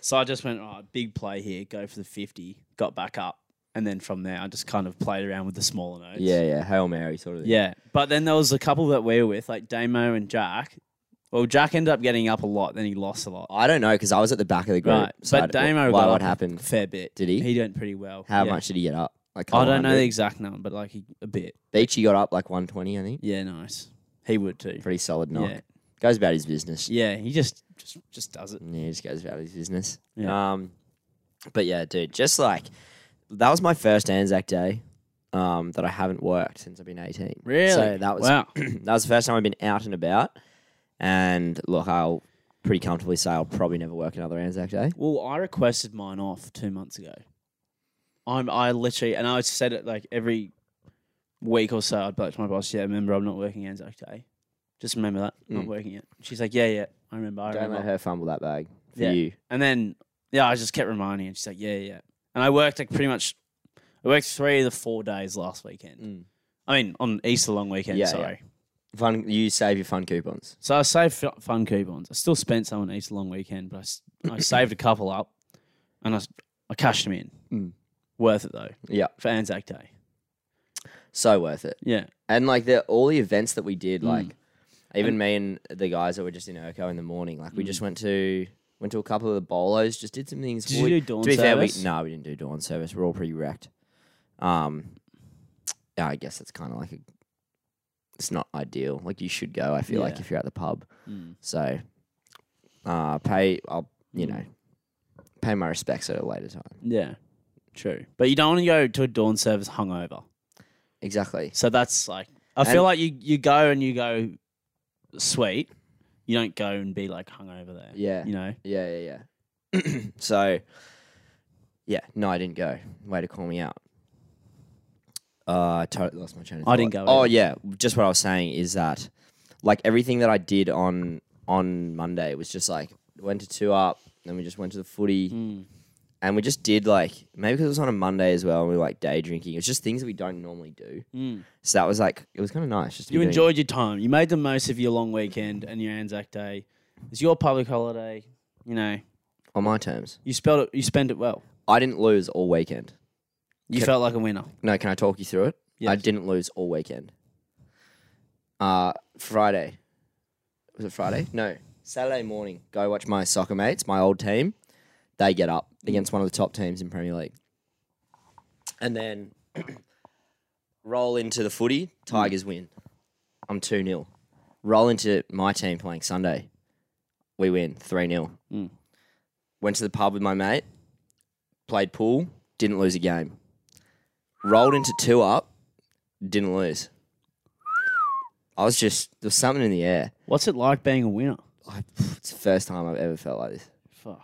[SPEAKER 2] so I just went, all right, big play here, go for the fifty, got back up, and then from there I just kind of played around with the smaller notes.
[SPEAKER 1] Yeah, yeah. Hail Mary sort of thing.
[SPEAKER 2] Yeah, but then there was a couple that we were with, like Damo and Jack. Well, Jack ended up getting up a lot, then he lost a lot,
[SPEAKER 1] I don't know because I was at the back of the group.
[SPEAKER 2] Right,
[SPEAKER 1] So
[SPEAKER 2] but
[SPEAKER 1] I-
[SPEAKER 2] Damo
[SPEAKER 1] why,
[SPEAKER 2] got
[SPEAKER 1] what
[SPEAKER 2] up- a
[SPEAKER 1] happened?
[SPEAKER 2] fair bit.
[SPEAKER 1] Did he?
[SPEAKER 2] He did pretty well.
[SPEAKER 1] How
[SPEAKER 2] Yeah.
[SPEAKER 1] much did he get up? Like
[SPEAKER 2] I don't know
[SPEAKER 1] 100?
[SPEAKER 2] the exact number, but like he, a bit.
[SPEAKER 1] Beachy got up like 120, I think.
[SPEAKER 2] Yeah, nice. He would too.
[SPEAKER 1] Pretty solid knock.
[SPEAKER 2] Yeah,
[SPEAKER 1] Goes about his business.
[SPEAKER 2] yeah. He just just just does it.
[SPEAKER 1] Yeah, he just goes about his business.
[SPEAKER 2] Yeah.
[SPEAKER 1] Um, but yeah, dude, just like that was my first Anzac Day um, that I haven't worked since I've been 18.
[SPEAKER 2] Really?
[SPEAKER 1] So that was
[SPEAKER 2] wow.
[SPEAKER 1] that was the first time I've been out and about. And look, I'll pretty comfortably say I'll probably never work another Anzac Day.
[SPEAKER 2] Well, I requested mine off two months ago. I'm I literally and I said it like every week or so. I'd be like to my boss, "Yeah, remember I'm not working Anzac Day. Just remember that not
[SPEAKER 1] Mm.
[SPEAKER 2] working it." She's like, "Yeah, yeah, I remember. I
[SPEAKER 1] Don't
[SPEAKER 2] remember."
[SPEAKER 1] let her fumble that bag for
[SPEAKER 2] Yeah.
[SPEAKER 1] you.
[SPEAKER 2] And then yeah, I just kept reminding her. She's like, "Yeah, yeah." And I worked like pretty much. I worked three of the four days last weekend.
[SPEAKER 1] Mm.
[SPEAKER 2] I mean, on Easter long weekend.
[SPEAKER 1] Yeah,
[SPEAKER 2] sorry.
[SPEAKER 1] Fun, you save your fun coupons.
[SPEAKER 2] So I saved fu- fun coupons. I still spent some on Easter long weekend, but I s- I, saved a couple up, and I s- I cashed them in.
[SPEAKER 1] Mm.
[SPEAKER 2] Worth it though
[SPEAKER 1] Yeah,
[SPEAKER 2] for Anzac Day.
[SPEAKER 1] so worth it.
[SPEAKER 2] Yeah.
[SPEAKER 1] And like the all the events that we did,
[SPEAKER 2] Mm.
[SPEAKER 1] like even me and the guys that were just in Urco in the morning, like
[SPEAKER 2] Mm.
[SPEAKER 1] we just went to went to a couple of the bolos, just did some things.
[SPEAKER 2] Did you
[SPEAKER 1] We-
[SPEAKER 2] do dawn
[SPEAKER 1] to be fair, we,
[SPEAKER 2] service?
[SPEAKER 1] no, we didn't do dawn service. We're all pretty wrecked. Um, yeah, I guess it's kind of like a, it's not ideal. Like you should go. I feel like
[SPEAKER 2] Yeah.
[SPEAKER 1] if you're at the pub,
[SPEAKER 2] Mm.
[SPEAKER 1] so uh, pay. I'll you know pay my respects at a later time.
[SPEAKER 2] Yeah. True. But you don't want to go to a dawn service hungover.
[SPEAKER 1] Exactly.
[SPEAKER 2] So that's like I
[SPEAKER 1] And-
[SPEAKER 2] feel like you you go and you go sweet. You don't go and be like hungover there.
[SPEAKER 1] Yeah.
[SPEAKER 2] You know.
[SPEAKER 1] Yeah, yeah, yeah. so, yeah, no, I didn't go. Way to call me out. Uh, I totally lost my train of
[SPEAKER 2] I didn't
[SPEAKER 1] thought.
[SPEAKER 2] go
[SPEAKER 1] Oh
[SPEAKER 2] either.
[SPEAKER 1] yeah, just what I was saying is that, like everything that I did on on Monday was just like went to two up, then we just went to the footy,
[SPEAKER 2] Mm.
[SPEAKER 1] and we just did like maybe because it was on a Monday as well, and we were like day drinking. It's just things that we don't normally do.
[SPEAKER 2] Mm.
[SPEAKER 1] So that was like it was kind of nice. Just to
[SPEAKER 2] You
[SPEAKER 1] be doing-
[SPEAKER 2] enjoyed your time. You made the most of your long weekend and your Anzac Day. It's your public holiday. You know.
[SPEAKER 1] on my terms.
[SPEAKER 2] You spelled it. You spent it well.
[SPEAKER 1] I didn't lose all weekend.
[SPEAKER 2] You
[SPEAKER 1] Can-
[SPEAKER 2] felt like a winner.
[SPEAKER 1] No, can I talk you through it? I
[SPEAKER 2] Yes.
[SPEAKER 1] didn't lose all weekend. Uh, Friday. Was it Friday? No. Saturday morning, go watch my soccer mates, my old team. They get up against one of the top teams in Premier League. And then roll into the footy, Tigers
[SPEAKER 2] Mm.
[SPEAKER 1] win. I'm 2 0. Roll into my team playing Sunday. We win 3 0.
[SPEAKER 2] Mm.
[SPEAKER 1] Went to the pub with my mate, played pool, didn't lose a game. Rolled into two up, didn't lose. I was just there was something in the air.
[SPEAKER 2] What's it like being a winner?
[SPEAKER 1] I, it's the first time I've ever felt like this.
[SPEAKER 2] Fuck.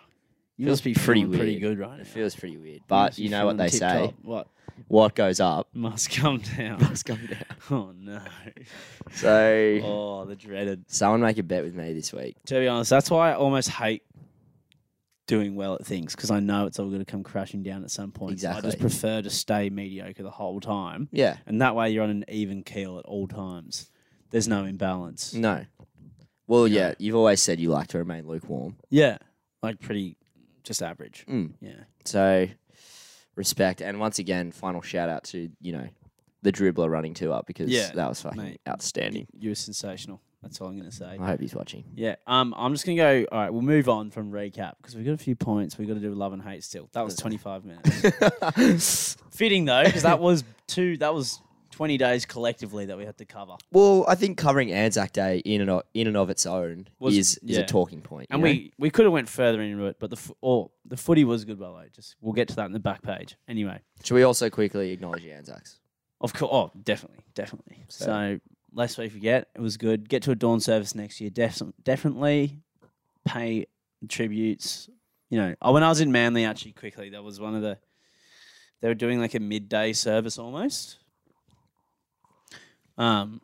[SPEAKER 2] You
[SPEAKER 1] Feels
[SPEAKER 2] must be
[SPEAKER 1] pretty
[SPEAKER 2] pretty pretty
[SPEAKER 1] weird.
[SPEAKER 2] good right now.
[SPEAKER 1] It feels pretty weird,
[SPEAKER 2] You
[SPEAKER 1] but
[SPEAKER 2] must be
[SPEAKER 1] you know what
[SPEAKER 2] feeling
[SPEAKER 1] they
[SPEAKER 2] tip
[SPEAKER 1] say:
[SPEAKER 2] top. What
[SPEAKER 1] what goes up
[SPEAKER 2] must come down?
[SPEAKER 1] must come down.
[SPEAKER 2] oh no!
[SPEAKER 1] So
[SPEAKER 2] Oh, the dreaded.
[SPEAKER 1] someone make a bet with me this week.
[SPEAKER 2] To be honest, that's why I almost hate doing well at things because I know it's all going to come crashing down at some point. So I
[SPEAKER 1] Exactly.
[SPEAKER 2] just prefer to stay mediocre the whole time,
[SPEAKER 1] Yeah.
[SPEAKER 2] and that way you're on an even keel at all times. There's no imbalance.
[SPEAKER 1] No. Well, yeah, you've always said you like to remain lukewarm.
[SPEAKER 2] Yeah, like pretty, just average.
[SPEAKER 1] Mm.
[SPEAKER 2] Yeah.
[SPEAKER 1] So respect. And once again, final shout out to, you know, the dribbler running two up because
[SPEAKER 2] Yeah,
[SPEAKER 1] that was fucking
[SPEAKER 2] mate.
[SPEAKER 1] outstanding.
[SPEAKER 2] You were sensational. That's all I'm going to say.
[SPEAKER 1] I hope he's watching.
[SPEAKER 2] Yeah. Um, I'm just going to go. All right, we'll move on from recap because we've got a few points. We've got to do love and hate still. That was 25 minutes. Fitting though, because that was two. That was 20 days collectively that we had to cover,
[SPEAKER 1] well, I think covering Anzac Day in and of, in and of its own
[SPEAKER 2] Was-
[SPEAKER 1] is is a
[SPEAKER 2] yeah.
[SPEAKER 1] talking point. you
[SPEAKER 2] and
[SPEAKER 1] know?
[SPEAKER 2] we we could have went further into it, but the fo- oh the footy was good by the way. Just we'll get to that in the back page anyway.
[SPEAKER 1] should we also quickly acknowledge the Anzacs?
[SPEAKER 2] Of course. Oh, definitely, definitely.
[SPEAKER 1] So-
[SPEAKER 2] So, lest we forget, it was good. Get to a dawn service next year. Def- definitely pay tributes. You know, oh, when I was in Manly, actually, quickly, that was one of the. They were doing like a midday service almost. Um,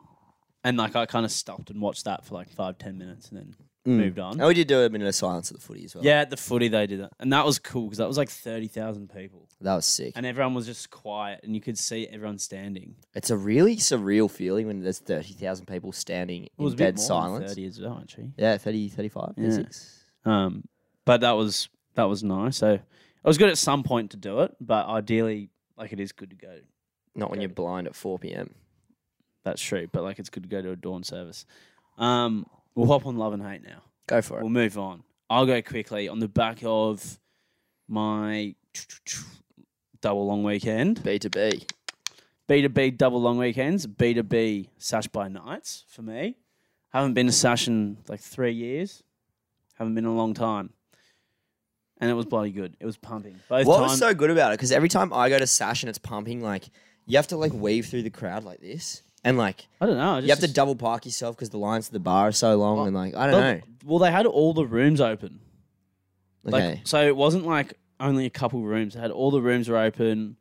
[SPEAKER 2] and like I kind of stopped and watched that for like five ten minutes and then moved on.
[SPEAKER 1] And we did do a minute of silence at the footy as well.
[SPEAKER 2] Yeah, at the footy they did that, and that was cool because that was like thirty thousand people,
[SPEAKER 1] That was sick.
[SPEAKER 2] and everyone was just quiet, and you could see everyone standing.
[SPEAKER 1] It's a really surreal feeling when there's 30,000 people standing
[SPEAKER 2] It was
[SPEAKER 1] in
[SPEAKER 2] a bit
[SPEAKER 1] dead
[SPEAKER 2] more
[SPEAKER 1] silence.
[SPEAKER 2] Than Thirty as well, actually.
[SPEAKER 1] Yeah, 30, 35,
[SPEAKER 2] Yeah.
[SPEAKER 1] 36.
[SPEAKER 2] Um, but that was that was nice. So I was good at some point to do it, but ideally, like it is good to go.
[SPEAKER 1] Not when
[SPEAKER 2] Okay.
[SPEAKER 1] you're blind at 4 p.m.
[SPEAKER 2] That's true, but like it's good to go to a dawn service. Um, we'll hop on love and hate now.
[SPEAKER 1] Go for it.
[SPEAKER 2] We'll move on. I'll go quickly on the back of my double long weekend.
[SPEAKER 1] B2B.
[SPEAKER 2] B2B double long weekends, B2B Sash by Nights for me. Haven't been to Sash in like three years. Haven't been in a long time. And it was bloody good. It was pumping. Both
[SPEAKER 1] What
[SPEAKER 2] times.
[SPEAKER 1] was so good about it? Because every time I go to Sash and it's pumping, like you have to like weave through the crowd like this, and like
[SPEAKER 2] I don't know. I
[SPEAKER 1] you have
[SPEAKER 2] just-
[SPEAKER 1] to double park yourself because the lines to the bar are so long, and like I don't
[SPEAKER 2] Well, Well, they had all the rooms open.
[SPEAKER 1] know.
[SPEAKER 2] Like,
[SPEAKER 1] Okay,
[SPEAKER 2] So it wasn't like only a couple rooms. They had all the rooms were open.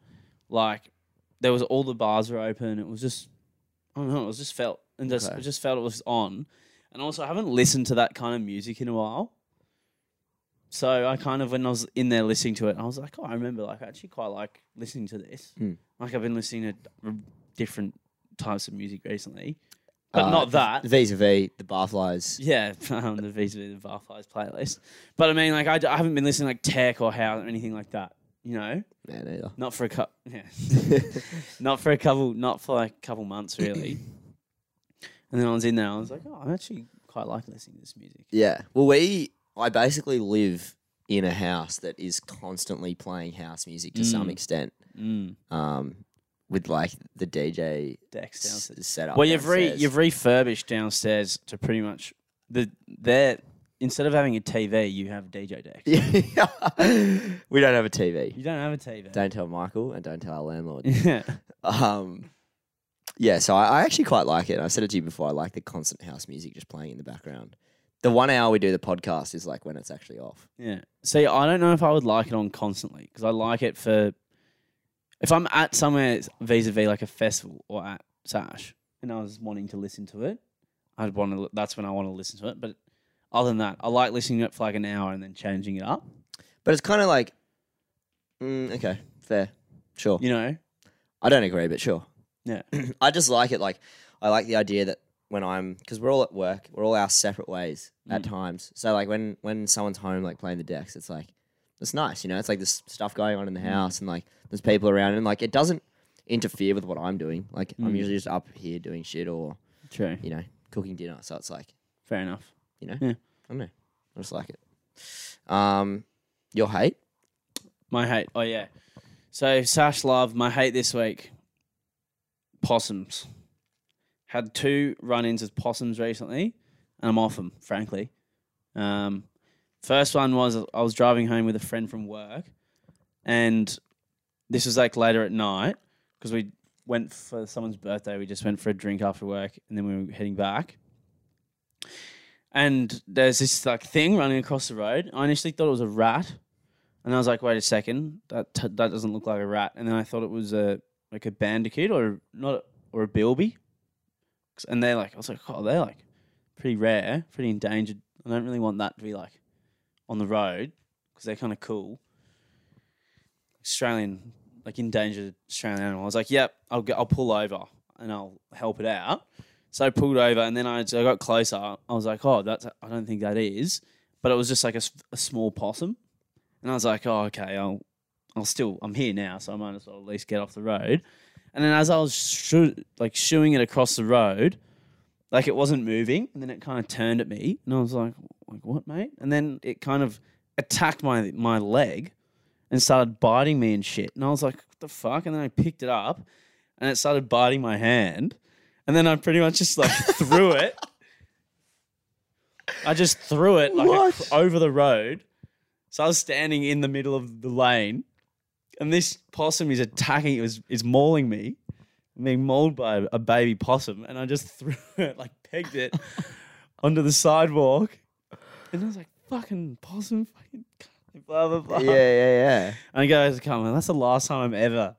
[SPEAKER 2] Like there was all the bars were open. It was just I don't know. It was just felt and just
[SPEAKER 1] Okay.
[SPEAKER 2] it just felt it was on. And also, I haven't listened to that kind of music in a while. So I kind of when I was in there listening to it, I was like, oh, I remember like I actually quite like listening to this.
[SPEAKER 1] Hmm.
[SPEAKER 2] Like I've been listening to r- different types of music recently, but
[SPEAKER 1] Uh,
[SPEAKER 2] not that.
[SPEAKER 1] Vis a vis the barflies.
[SPEAKER 2] Yeah, um, the Visa the Barflies playlist. But I mean, like, I, d- I haven't been listening like tech or house or anything like that. You know,
[SPEAKER 1] Man, either.
[SPEAKER 2] not for a couple, yeah, not for a couple, not for like a couple months really. and then I was in there, I was like, oh, I actually quite like listening to this music.
[SPEAKER 1] Yeah. Well, we I basically live in a house that is constantly playing house music to some
[SPEAKER 2] Mm.
[SPEAKER 1] extent,
[SPEAKER 2] Mm,
[SPEAKER 1] um, with like the DJ
[SPEAKER 2] Dex
[SPEAKER 1] s-
[SPEAKER 2] downstairs.
[SPEAKER 1] set up.
[SPEAKER 2] well, you've re-
[SPEAKER 1] downstairs.
[SPEAKER 2] you've refurbished downstairs to pretty much the there. Instead of having a TV, you have DJ Dex.
[SPEAKER 1] we don't have a TV.
[SPEAKER 2] You don't have a TV.
[SPEAKER 1] Don't tell Michael and don't tell our landlord.
[SPEAKER 2] yeah.
[SPEAKER 1] Um, yeah, so I, I actually quite like it. I said it to you before. I like the constant house music just playing in the background. The one hour we do the podcast is like when it's actually off.
[SPEAKER 2] Yeah. See, I don't know if I would like it on constantly because I like it for if I'm at somewhere vis a vis like a festival or at Sash and I was wanting to listen to it, I'd want to. That's when I want to listen to it. But other than that, I like listening to it for like an hour and then changing it up.
[SPEAKER 1] But it's kind of like, mm, okay, fair, sure.
[SPEAKER 2] You know?
[SPEAKER 1] I don't agree, but sure.
[SPEAKER 2] Yeah.
[SPEAKER 1] I just like it. Like, I like the idea that when I'm because we're all at work, we're all our separate ways at times. So like when when someone's home, like playing the decks, it's like it's nice, you know. It's like this stuff going on in the house, and like there's people around, and like it doesn't interfere with what I'm doing. Like I'm
[SPEAKER 2] Mm.
[SPEAKER 1] usually just up here doing shit or
[SPEAKER 2] True.
[SPEAKER 1] you know cooking dinner. So it's like
[SPEAKER 2] Fair enough.
[SPEAKER 1] you know
[SPEAKER 2] Yeah.
[SPEAKER 1] I don't know. I just like it. Um, your hate?
[SPEAKER 2] My hate. Oh yeah. So Sash Love, my hate this week. Possums. Had two run-ins with possums recently, and I'm off them, frankly. Um, first one was I was driving home with a friend from work, and this was like later at night because we went for someone's birthday. We just went for a drink after work, and then we were heading back. And there's this like thing running across the road. I initially thought it was a rat, And I was like, wait a second, that t- that doesn't look like a rat. And then I thought it was a like a bandicoot or not or a bilby. 'Cause- And they're like, I was like, oh, they're like pretty rare, pretty endangered. I don't really want that to be like on the road because they're kind of cool. Australian, like endangered Australian animal. I was like, yep, I'll go, I'll pull over and I'll help it out. So I pulled over and then I, I got closer. I was like, oh, that's I don't think that is, but it was just like a, s- a small possum, and I was like, oh, okay, I'll I'll still I'm here now, so I might as well at least get off the road. And then as I was shoo, like shooing it across the road, like it wasn't moving, and then it kind of turned at me, and I was like, like what, mate? And then it kind of attacked my my leg and started biting me and shit. And I was like, what the fuck? And then I picked it up and it started biting my hand. And then I pretty much just like threw it. I just threw it like ac- over the road. So I was standing in the middle of the lane and this possum is attacking, it was, is mauling me. I'm being mauled by a baby possum and I just threw it, like pegged it onto the sidewalk. And I was like, fucking possum, fucking cunt, blah, blah, blah.
[SPEAKER 1] yeah, yeah,
[SPEAKER 2] And I go, come on, that's the last time I'm ever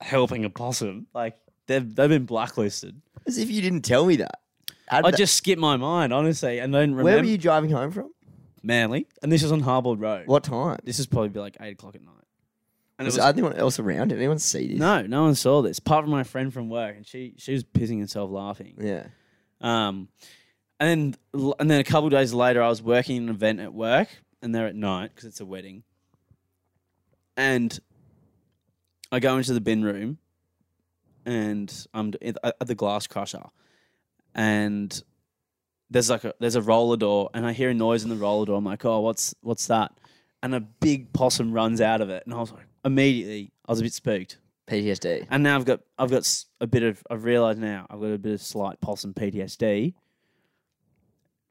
[SPEAKER 2] helping a possum. Like, they've, they've been blacklisted.
[SPEAKER 1] As if you didn't tell me that. How did
[SPEAKER 2] I
[SPEAKER 1] that-
[SPEAKER 2] just skipped my mind, honestly, and then remember
[SPEAKER 1] Where were you driving home from?
[SPEAKER 2] Manly. And this is on Harbord Road.
[SPEAKER 1] What time?
[SPEAKER 2] This is probably like 8 o'clock at night. And it
[SPEAKER 1] Was,
[SPEAKER 2] was,
[SPEAKER 1] anyone else around? Did anyone see this?
[SPEAKER 2] no, no one saw this, apart from my friend from work, and she, she was pissing herself laughing.
[SPEAKER 1] Yeah.
[SPEAKER 2] Um, and then and then a couple days later, I was working an event at work, and they're at night because it's a wedding. And I go into the bin room, and I'm d- at at the glass crusher, and there's like a there's a roller door, and I hear a noise in the roller door. I'm like, oh, what's what's that? And a big possum runs out of it, and I was like, immediately, I was a bit spooked.
[SPEAKER 1] PTSD.
[SPEAKER 2] And now I've got I've got s- a bit of I've realised now I've got a bit of slight possum PTSD.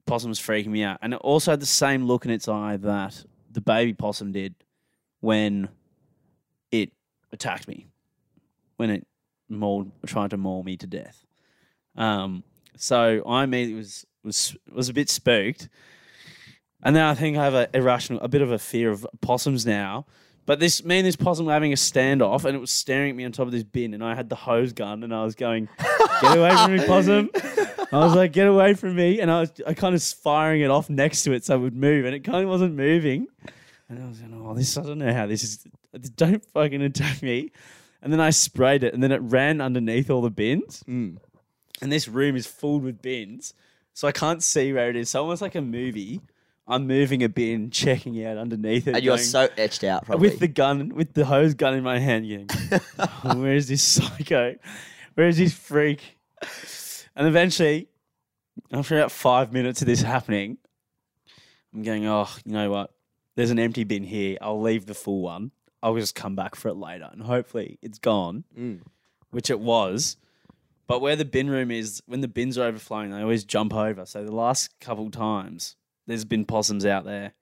[SPEAKER 2] Possum was freaking me out, and it also had the same look in its eye that the baby possum did when it attacked me, when it mauled, tried to maul me to death. Um, so I immediately was was was a bit spooked, and now I think I have a irrational, a bit of a fear of possums now. But this me and this possum were having a standoff, and it was staring at me on top of this bin, and I had the hose gun, and I was going, "Get away from me, possum!" I was like, "Get away from me!" And I was I kind of firing it off next to it so it would move, and it kind of wasn't moving. And I was going, "Oh, this I don't know how this is. Don't fucking attack me!" And then I sprayed it, and then it ran underneath all the bins, and this room is filled with bins, so I can't see where it is. So almost like a movie. I'm moving a bin, checking out underneath it.
[SPEAKER 1] And you're
[SPEAKER 2] going-
[SPEAKER 1] so etched out, probably.
[SPEAKER 2] with the gun, with the hose gun in my hand, going, "Oh, where is this psycho? Where is this freak? And eventually, after about five minutes of this happening, I'm going, oh, you know what? There's an empty bin here. I'll leave the full one. I'll just come back for it later, and hopefully it's gone,
[SPEAKER 1] Mm.
[SPEAKER 2] which it was. But where the bin room is, when the bins are overflowing, they always jump over. So the last couple times, there's been possums out there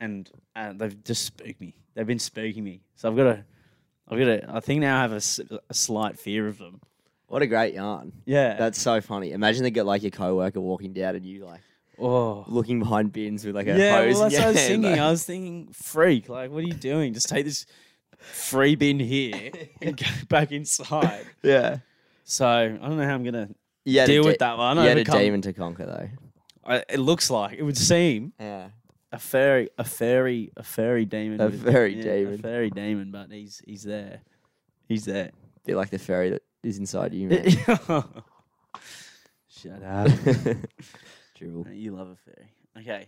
[SPEAKER 2] and uh, they've just spooked me. They've been spooking me. So I've got a, I've got a, I think now I have a, s- a slight fear of them.
[SPEAKER 1] what a great yarn.
[SPEAKER 2] Yeah.
[SPEAKER 1] That's so funny. Imagine they get like your coworker walking down and you like
[SPEAKER 2] oh.
[SPEAKER 1] looking behind bins with like a
[SPEAKER 2] Yeah,
[SPEAKER 1] hose.
[SPEAKER 2] well, that's
[SPEAKER 1] in
[SPEAKER 2] what I
[SPEAKER 1] your
[SPEAKER 2] was
[SPEAKER 1] hand,
[SPEAKER 2] thinking.
[SPEAKER 1] like-
[SPEAKER 2] I was thinking, freak, like, what are you doing? Just take this free bin here and go back inside.
[SPEAKER 1] yeah.
[SPEAKER 2] So I don't know how I'm gonna.
[SPEAKER 1] You had a
[SPEAKER 2] Deal with that one,
[SPEAKER 1] You had
[SPEAKER 2] overcome-
[SPEAKER 1] a demon to conquer though.
[SPEAKER 2] I, it looks like it would seem
[SPEAKER 1] Yeah.
[SPEAKER 2] a fairy, a fairy, a fairy demon,
[SPEAKER 1] A
[SPEAKER 2] with-
[SPEAKER 1] fairy
[SPEAKER 2] a
[SPEAKER 1] demon.
[SPEAKER 2] fairy demon, but he's he's there, he's there.
[SPEAKER 1] Bit like the fairy that is inside you, man.
[SPEAKER 2] Shut up.
[SPEAKER 1] Dribble.
[SPEAKER 2] You love a fairy. Okay.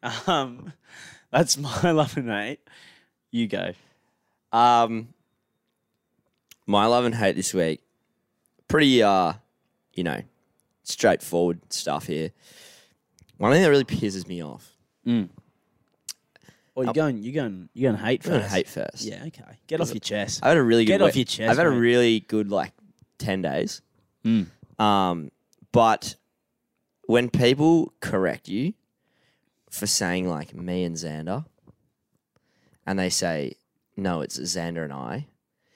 [SPEAKER 2] Um, that's my love and hate. You go.
[SPEAKER 1] Um, my love and hate this week. Pretty, uh, you know, straightforward stuff here. One thing that really pisses me off.
[SPEAKER 2] Or you going? You going? You going to hate
[SPEAKER 1] I'm gonna
[SPEAKER 2] first?
[SPEAKER 1] hate first.
[SPEAKER 2] Yeah. Okay. Get off your chest.
[SPEAKER 1] I've had a really good.
[SPEAKER 2] Get off
[SPEAKER 1] week.
[SPEAKER 2] your chest,
[SPEAKER 1] I've had
[SPEAKER 2] mate.
[SPEAKER 1] a really good like ten days.
[SPEAKER 2] Hmm.
[SPEAKER 1] Um, but when people correct you for saying like me and Xander, and they say no, it's Xander and I.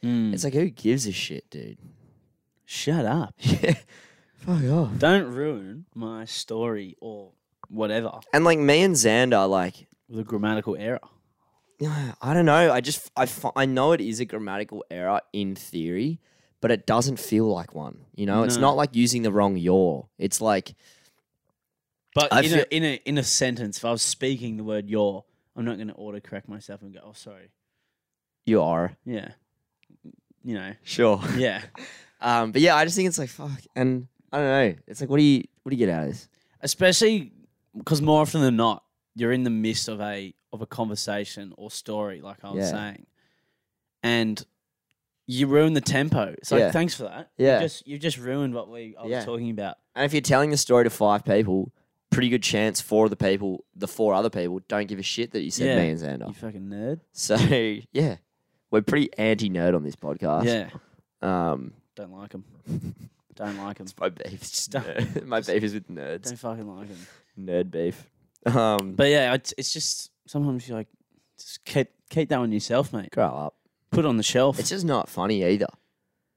[SPEAKER 2] Mm.
[SPEAKER 1] It's like who gives a shit, dude?
[SPEAKER 2] Hmm. Shut up.
[SPEAKER 1] Fuck off.
[SPEAKER 2] Don't ruin my story or whatever
[SPEAKER 1] And like me and Xander, like
[SPEAKER 2] with a grammatical error.
[SPEAKER 1] I don't know. I just I fi- I know it is a grammatical error in theory, but it doesn't feel like one. You know, it's
[SPEAKER 2] No.
[SPEAKER 1] not like using the wrong "your." It's like
[SPEAKER 2] But
[SPEAKER 1] I
[SPEAKER 2] in,
[SPEAKER 1] feel-
[SPEAKER 2] a, in a in a sentence, if I was speaking the word "your," I'm not going to autocorrect myself and go, "Oh, sorry."
[SPEAKER 1] you are
[SPEAKER 2] Yeah, you know,
[SPEAKER 1] sure.
[SPEAKER 2] yeah.
[SPEAKER 1] Um, but yeah, I just think it's like fuck, and I don't know. It's like what do you what do you get out of this?
[SPEAKER 2] Especially because more often than not, you're in the midst of a of a conversation or story, like I was
[SPEAKER 1] Yeah.
[SPEAKER 2] saying, and you ruin the tempo. So
[SPEAKER 1] Yeah.
[SPEAKER 2] thanks for that.
[SPEAKER 1] Yeah.
[SPEAKER 2] you just you just ruined what we I was
[SPEAKER 1] Yeah.
[SPEAKER 2] talking about.
[SPEAKER 1] And if you're telling a story to five people, pretty good chance four of the people, the four other people, don't give a shit that you said
[SPEAKER 2] Yeah.
[SPEAKER 1] me and Xander.
[SPEAKER 2] You fucking nerd.
[SPEAKER 1] So yeah, we're pretty anti nerd on this podcast.
[SPEAKER 2] Yeah,
[SPEAKER 1] Um,
[SPEAKER 2] don't like them. don't like them.
[SPEAKER 1] my beef, is
[SPEAKER 2] Don't-
[SPEAKER 1] nerd- my beef is with nerds,
[SPEAKER 2] Don't fucking like them.
[SPEAKER 1] nerd beef. Um,
[SPEAKER 2] But yeah, it's, it's just sometimes you're like, just keep keep that one yourself, mate.
[SPEAKER 1] grow up.
[SPEAKER 2] Put it on the shelf.
[SPEAKER 1] It's just not funny either.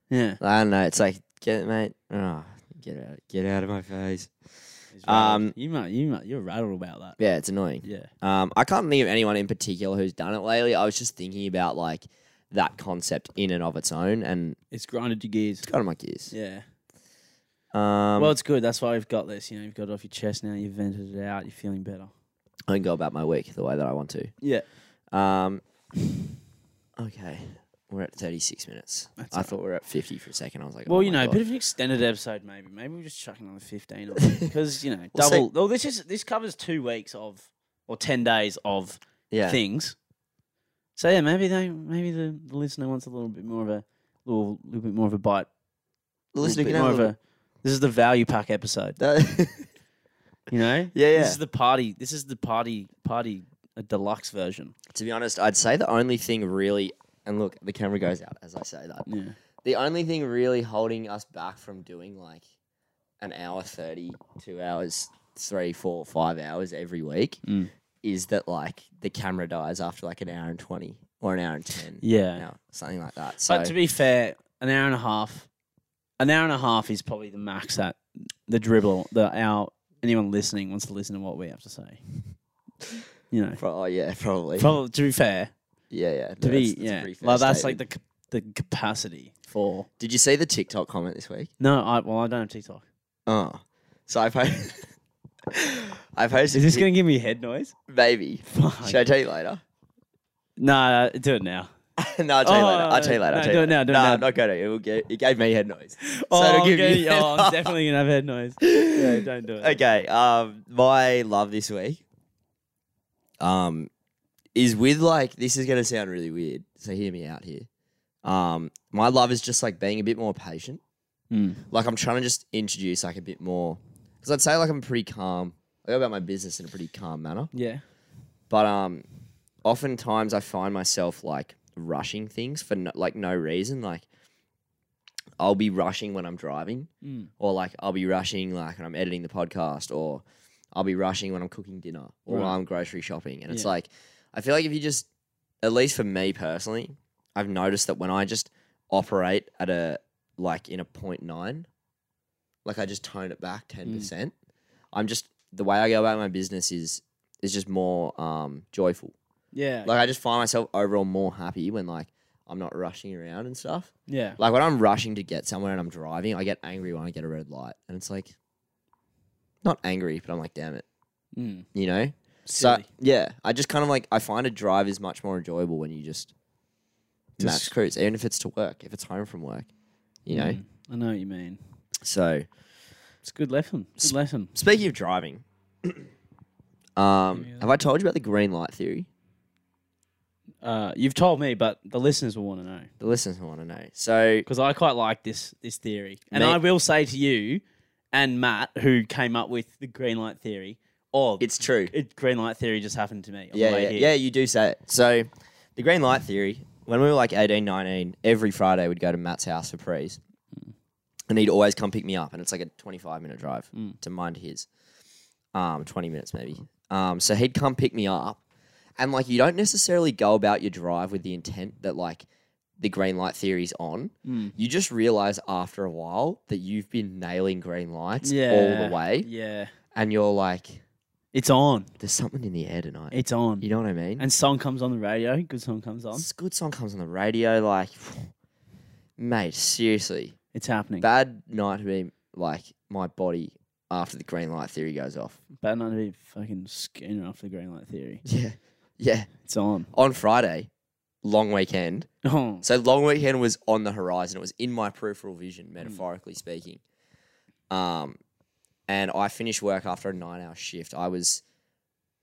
[SPEAKER 2] yeah.
[SPEAKER 1] I don't know. It's like get it, mate. Oh, get out, get out of my face.
[SPEAKER 2] It's
[SPEAKER 1] Um,
[SPEAKER 2] rattled. you might you might you're rattled about that.
[SPEAKER 1] Yeah, it's annoying.
[SPEAKER 2] Yeah.
[SPEAKER 1] Um, I can't think of anyone in particular who's done it lately. I was just thinking about like that concept in and of its own, and
[SPEAKER 2] It's grinded your gears.
[SPEAKER 1] it's got on my gears.
[SPEAKER 2] Yeah.
[SPEAKER 1] Um,
[SPEAKER 2] well,
[SPEAKER 1] well,
[SPEAKER 2] it's good. That's why we've got this. You know, you've got it off your chest now. You've vented it out. You're feeling better.
[SPEAKER 1] I can go about my week the way that I want to.
[SPEAKER 2] Yeah.
[SPEAKER 1] Um, okay, we're at 36 minutes. I thought we were at 50 for a second. I was like,
[SPEAKER 2] Well,
[SPEAKER 1] oh
[SPEAKER 2] you
[SPEAKER 1] my
[SPEAKER 2] know, a
[SPEAKER 1] God.
[SPEAKER 2] bit of an extended episode, maybe. Maybe we'll just chuck another fifteen on because you know
[SPEAKER 1] We'll see.
[SPEAKER 2] double. Well, this is this covers two weeks of or ten days of
[SPEAKER 1] yeah.
[SPEAKER 2] things. So yeah, maybe they maybe the, the listener wants a little bit more of a little, little bit more of a bite.
[SPEAKER 1] The
[SPEAKER 2] little
[SPEAKER 1] listener
[SPEAKER 2] bit
[SPEAKER 1] can have
[SPEAKER 2] more
[SPEAKER 1] a
[SPEAKER 2] of
[SPEAKER 1] little-
[SPEAKER 2] a. This is the value pack episode.
[SPEAKER 1] That-
[SPEAKER 2] You know,
[SPEAKER 1] Yeah, yeah.
[SPEAKER 2] This is the party. This is the party party a deluxe version.
[SPEAKER 1] to be honest, I'd say the only thing really, and look, the camera goes out as I say that.
[SPEAKER 2] Yeah,
[SPEAKER 1] The only thing really holding us back from doing like an hour 30, two hours, three, four, five hours every week
[SPEAKER 2] Mm.
[SPEAKER 1] is that like the camera dies after like an hour and 20 or an hour and 10.
[SPEAKER 2] yeah.
[SPEAKER 1] Now, something like that. So,
[SPEAKER 2] But to be fair, an hour and a half, an hour and a half is probably the max that the dribble that our anyone listening wants to listen to what we have to say. You know,
[SPEAKER 1] Pro- oh, yeah, probably.
[SPEAKER 2] probably, to be fair,
[SPEAKER 1] yeah, yeah.
[SPEAKER 2] to be
[SPEAKER 1] that's- that's a
[SPEAKER 2] yeah,
[SPEAKER 1] pretty fair
[SPEAKER 2] like that's like
[SPEAKER 1] statement.
[SPEAKER 2] the cap- the capacity for.
[SPEAKER 1] Did you see the TikTok comment this week?
[SPEAKER 2] No, I well I don't have TikTok.
[SPEAKER 1] Oh, so I posted. I posted.
[SPEAKER 2] Is this gonna give me head noise?
[SPEAKER 1] maybe?
[SPEAKER 2] Fuck.
[SPEAKER 1] Should I tell you later?
[SPEAKER 2] Nah, do it now.
[SPEAKER 1] no, I'll tell you later. I'll tell you
[SPEAKER 2] Oh,
[SPEAKER 1] later. I'll
[SPEAKER 2] no,
[SPEAKER 1] tell
[SPEAKER 2] do
[SPEAKER 1] you
[SPEAKER 2] it
[SPEAKER 1] later.
[SPEAKER 2] now, do it
[SPEAKER 1] no,
[SPEAKER 2] now.
[SPEAKER 1] I'm not gonna. It will give, it gave me head noise.
[SPEAKER 2] Oh,
[SPEAKER 1] it'll
[SPEAKER 2] I'm
[SPEAKER 1] give you
[SPEAKER 2] gonna-
[SPEAKER 1] head
[SPEAKER 2] oh, I'm
[SPEAKER 1] noise.
[SPEAKER 2] definitely gonna have head noise. Yeah, don't do it.
[SPEAKER 1] Okay. Um, my love this week. Um, is with like this is gonna sound really weird, so hear me out here. Um, my love is just like being a bit more patient.
[SPEAKER 2] Mm.
[SPEAKER 1] Like I'm trying to just introduce like a bit more, because I'd say like I'm pretty calm. I go about my business in a pretty calm manner.
[SPEAKER 2] Yeah.
[SPEAKER 1] But um, oftentimes I find myself like rushing things for no, like no reason. Like I'll be rushing when I'm driving,
[SPEAKER 2] Mm.
[SPEAKER 1] or like I'll be rushing like when I'm editing the podcast, or I'll be rushing when I'm cooking dinner, or when
[SPEAKER 2] Right.
[SPEAKER 1] I'm grocery shopping. And it's
[SPEAKER 2] Yeah.
[SPEAKER 1] like I feel like if you just, at least for me personally, I've noticed that when I just operate at a like in a point nine, like I just tone it back ten
[SPEAKER 2] Mm.
[SPEAKER 1] percent. I'm just the way I go about my business is is just more um joyful.
[SPEAKER 2] Yeah.
[SPEAKER 1] Like I just find myself overall more happy when like I'm not rushing around and stuff.
[SPEAKER 2] yeah.
[SPEAKER 1] Like when I'm rushing to get somewhere and I'm driving, I get angry when I get a red light, and it's like not angry, but I'm like, damn it,
[SPEAKER 2] Mm.
[SPEAKER 1] you know. So
[SPEAKER 2] Silly.
[SPEAKER 1] yeah, I just kind of like I find a drive is much more enjoyable when you just,
[SPEAKER 2] Just-
[SPEAKER 1] max cruise, even if it's to work, if it's home from work, you know.
[SPEAKER 2] Mm. I know what you mean.
[SPEAKER 1] So
[SPEAKER 2] It's a good lesson. Good lesson.
[SPEAKER 1] speaking of driving, um,
[SPEAKER 2] Yeah.
[SPEAKER 1] have I told you about the green light theory?
[SPEAKER 2] Uh, you've told me, but the listeners will want to know
[SPEAKER 1] The listeners want to know. So
[SPEAKER 2] because I quite like this this theory. And
[SPEAKER 1] Mate-
[SPEAKER 2] I will say to you and Matt, who came up with the green light theory, or
[SPEAKER 1] it's true.
[SPEAKER 2] it, green light theory just happened to me. On
[SPEAKER 1] yeah,
[SPEAKER 2] the way
[SPEAKER 1] yeah,
[SPEAKER 2] here.
[SPEAKER 1] yeah, you do say it. So, the green light theory, when we were like 18, 19, every Friday we'd go to Matt's house for prees. And he'd always come pick me up. And it's like a 25 minute drive to mind his. Um, 20 minutes maybe. Um, so he'd come pick me up. And like, you don't necessarily go about your drive with the intent that like the green light theory's on. You just realize after a while that you've been nailing green lights all
[SPEAKER 2] Yeah.
[SPEAKER 1] the way.
[SPEAKER 2] Yeah.
[SPEAKER 1] And you're like,
[SPEAKER 2] It's on.
[SPEAKER 1] There's something in the air tonight.
[SPEAKER 2] It's on.
[SPEAKER 1] you know what I mean?
[SPEAKER 2] And song comes on the radio. Good song comes on.
[SPEAKER 1] This good song comes on the radio, like, mate, seriously,
[SPEAKER 2] It's happening. Bad,
[SPEAKER 1] bad night to be like my body after the green light theory goes off.
[SPEAKER 2] night to be fucking schooner after the green light theory.
[SPEAKER 1] Yeah, yeah.
[SPEAKER 2] It's on.
[SPEAKER 1] On Friday, long weekend.
[SPEAKER 2] Oh,
[SPEAKER 1] So long weekend was on the horizon. It was in my peripheral vision, metaphorically speaking. Um, and I finished work after a nine-hour shift. I was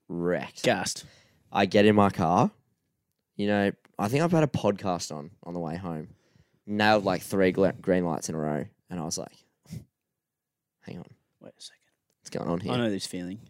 [SPEAKER 1] wrecked.
[SPEAKER 2] gassed.
[SPEAKER 1] I get in my car. You know, I think I've had a podcast on on the way home. Nailed like three gla- green lights in a row, and I was like, "Hang on,
[SPEAKER 2] Wait a second.
[SPEAKER 1] what's going on
[SPEAKER 2] I
[SPEAKER 1] here?"
[SPEAKER 2] know this feeling.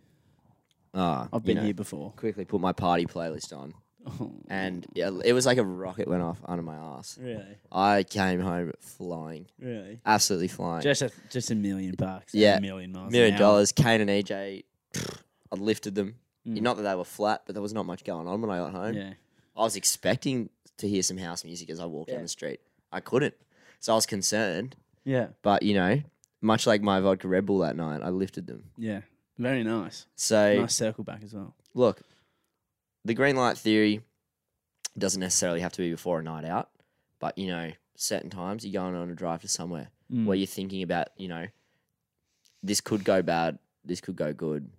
[SPEAKER 1] Ah,
[SPEAKER 2] I've
[SPEAKER 1] you
[SPEAKER 2] been
[SPEAKER 1] know,
[SPEAKER 2] here before.
[SPEAKER 1] Quickly put my party playlist on,
[SPEAKER 2] Oh,
[SPEAKER 1] and yeah, it was like a rocket went off under my ass.
[SPEAKER 2] really,
[SPEAKER 1] I came home flying,
[SPEAKER 2] really,
[SPEAKER 1] absolutely flying.
[SPEAKER 2] just a just a million bucks.
[SPEAKER 1] Yeah.
[SPEAKER 2] a million miles. an
[SPEAKER 1] million
[SPEAKER 2] hour.
[SPEAKER 1] dollars. Kane and EJ, I lifted them.
[SPEAKER 2] Mm.
[SPEAKER 1] Not that they were flat, but there was not much going on when I got home.
[SPEAKER 2] Yeah,
[SPEAKER 1] I was expecting to hear some house music as I walked
[SPEAKER 2] Yeah.
[SPEAKER 1] down the street. I couldn't. So I was concerned.
[SPEAKER 2] yeah,
[SPEAKER 1] But, you know, much like my vodka Red Bull that night, I lifted them.
[SPEAKER 2] yeah. Very nice.
[SPEAKER 1] So,
[SPEAKER 2] Nice circle back as well.
[SPEAKER 1] look, the green light theory doesn't necessarily have to be before a night out. But, you know, certain times you're going on a drive to somewhere
[SPEAKER 2] Mm.
[SPEAKER 1] where you're thinking about, you know, this could go bad, this could go good.